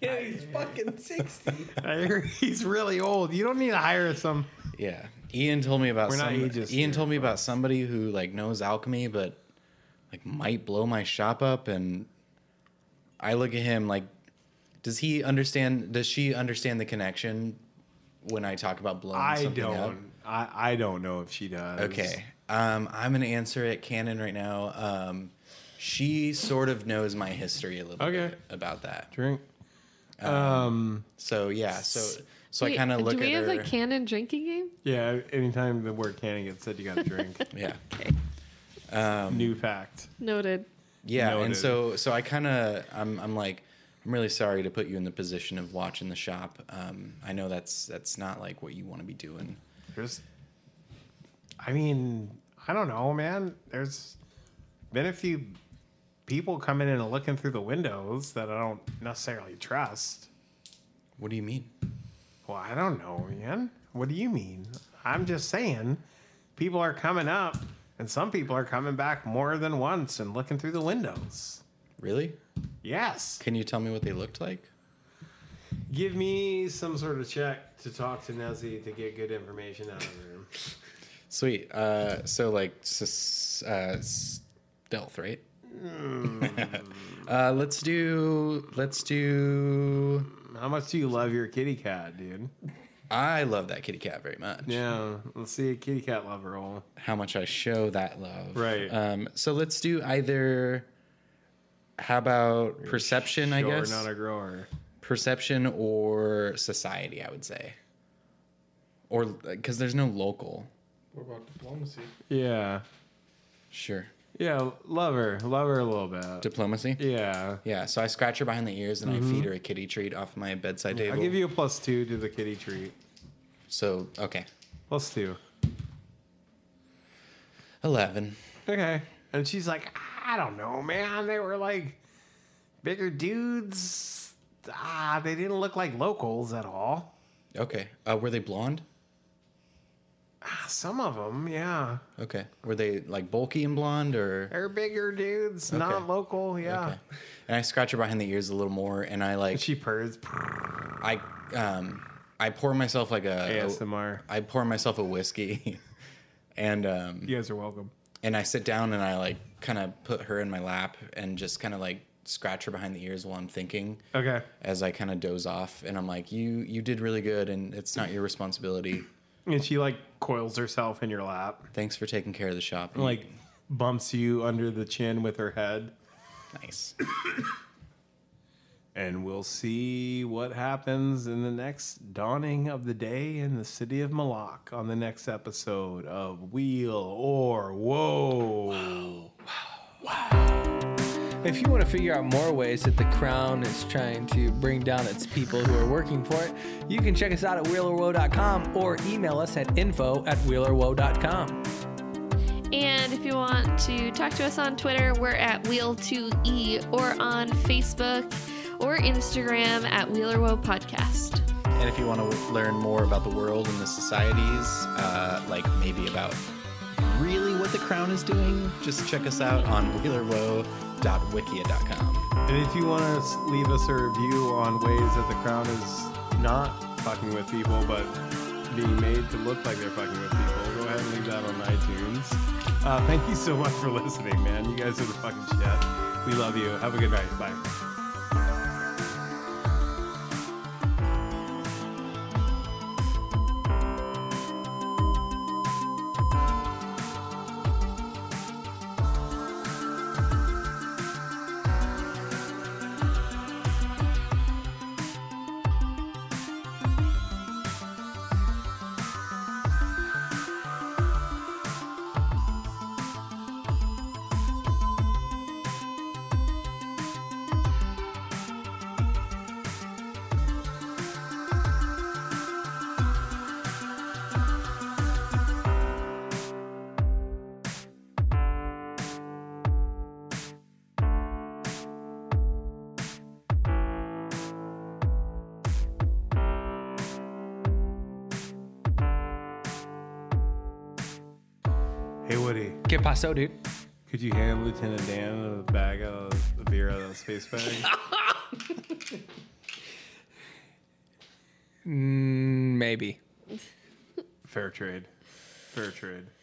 M: Yeah, he's fucking 60.
A: I hear he's really old. You don't need to hire some.
D: yeah. Ian told me about
A: We're not
D: some, Ian
A: ageist here,
D: told me about somebody who like knows alchemy but like might blow my shop up and I look at him like does he understand does she understand the connection when I talk about blowing
A: I
D: something
A: don't.
D: up?
A: I, I don't know if she does.
D: Okay. Um, I'm gonna answer at Canon right now. Um, she sort of knows my history a little
A: Okay.
D: bit about that.
A: Drink.
D: So yeah, so so I
B: Wait,
D: kind of look
B: Do we
D: at
B: have
D: her.
B: a canon drinking game?
A: Yeah. Anytime the word canning gets said, you got to drink.
D: yeah,
A: New fact.
B: Noted.
D: yeah,
A: Noted.
D: and so so I kind of I'm I'm like I'm really sorry to put you in the position of watching the shop. Um, I know that's that's not like what you want to be doing.
A: There's, I mean, I don't know, man. There's been a few people coming in and looking through the windows that I don't necessarily trust.
D: What do you mean?
A: Well, I don't know, man. What do you mean? I'm just saying, people are coming up, and some people are coming back more than once and looking through the windows.
D: Really?
A: Yes.
D: Can you tell me what they looked like?
A: Give me some sort of check to talk to Nezzy to get good information out of him.
D: Sweet. Uh, so like s- uh, stealth, right? uh, let's do. Let's do.
A: How much do you love your kitty cat, dude?
D: I love that kitty cat very much.
A: Yeah, let's see a kitty cat love roll.
D: How much I show that love.
A: Right.
D: Um, so let's do either. How about perception? I
A: You're
D: guess
A: not a grower.
D: perception or society. I would say, or because there's no local.
E: What about diplomacy?
A: Yeah.
D: Sure,
A: Yeah, love her. Love her a little bit.
D: diplomacy.
A: yeah. Mm-hmm.
D: Yeah, so I scratch her behind the ears and I feed her a kitty treat off my bedside table.
A: I'll give you a plus two to the kitty treat.
D: so okay,
A: Plus two.
D: eleven.
A: Okay. And she's like, I don't know, man. They were like bigger dudes. Ah, they didn't look like locals at all.
D: Okay, uh, were they blonde?
A: Ah, Some of them, yeah.
D: Okay, were they like bulky and blonde or?
A: They're bigger dudes, not local, yeah.
D: Okay. And I scratch her behind the ears a little more, and I like
A: And she purrs.
D: I um I pour myself like a
A: ASMR.
D: I pour myself a whiskey, and um
A: You guys are welcome.
D: and I sit down and I like kind of put her in my lap and just kind of like scratch her behind the ears while I'm thinking
A: Okay.
D: as I kind of doze off, and I'm like, you you did really good, and it's not your responsibility.
A: And she like coils herself in your lap,
D: Thanks for taking care of the shop.
A: and, like bumps you under the chin with her head.
D: nice.
A: And we'll see what happens in the next dawning of the day in the city of Malak on the next episode of Wheel or Whoa.
F: If you want to figure out more ways that the crown is trying to bring down its people who are working for it, you can check us out at wheelerwoe.com or email us at info at wheelerwoe.com.
B: And if you want to talk to us on Twitter, we're at Wheel2E or on Facebook or Instagram at Wheeler Woe Podcast.
D: And if you want to learn more about the world and the societies, uh, like maybe about really what the crown is doing, just check us out on wheelerwoe.wikia.com.
A: And if you want to leave us a review on ways that the crown is not fucking with people, but being made to look like they're fucking with people, go ahead and leave that on iTunes. Uh, thank you so much for listening, man. You guys are the fucking shit. We love you. Have a good night. Bye. Hey, Woody,
F: Que paso, dude?
A: could you hand Lieutenant Dan a bag of the beer out of the space bag?
F: Mm, Maybe. Mm,
A: Fair trade. Fair trade.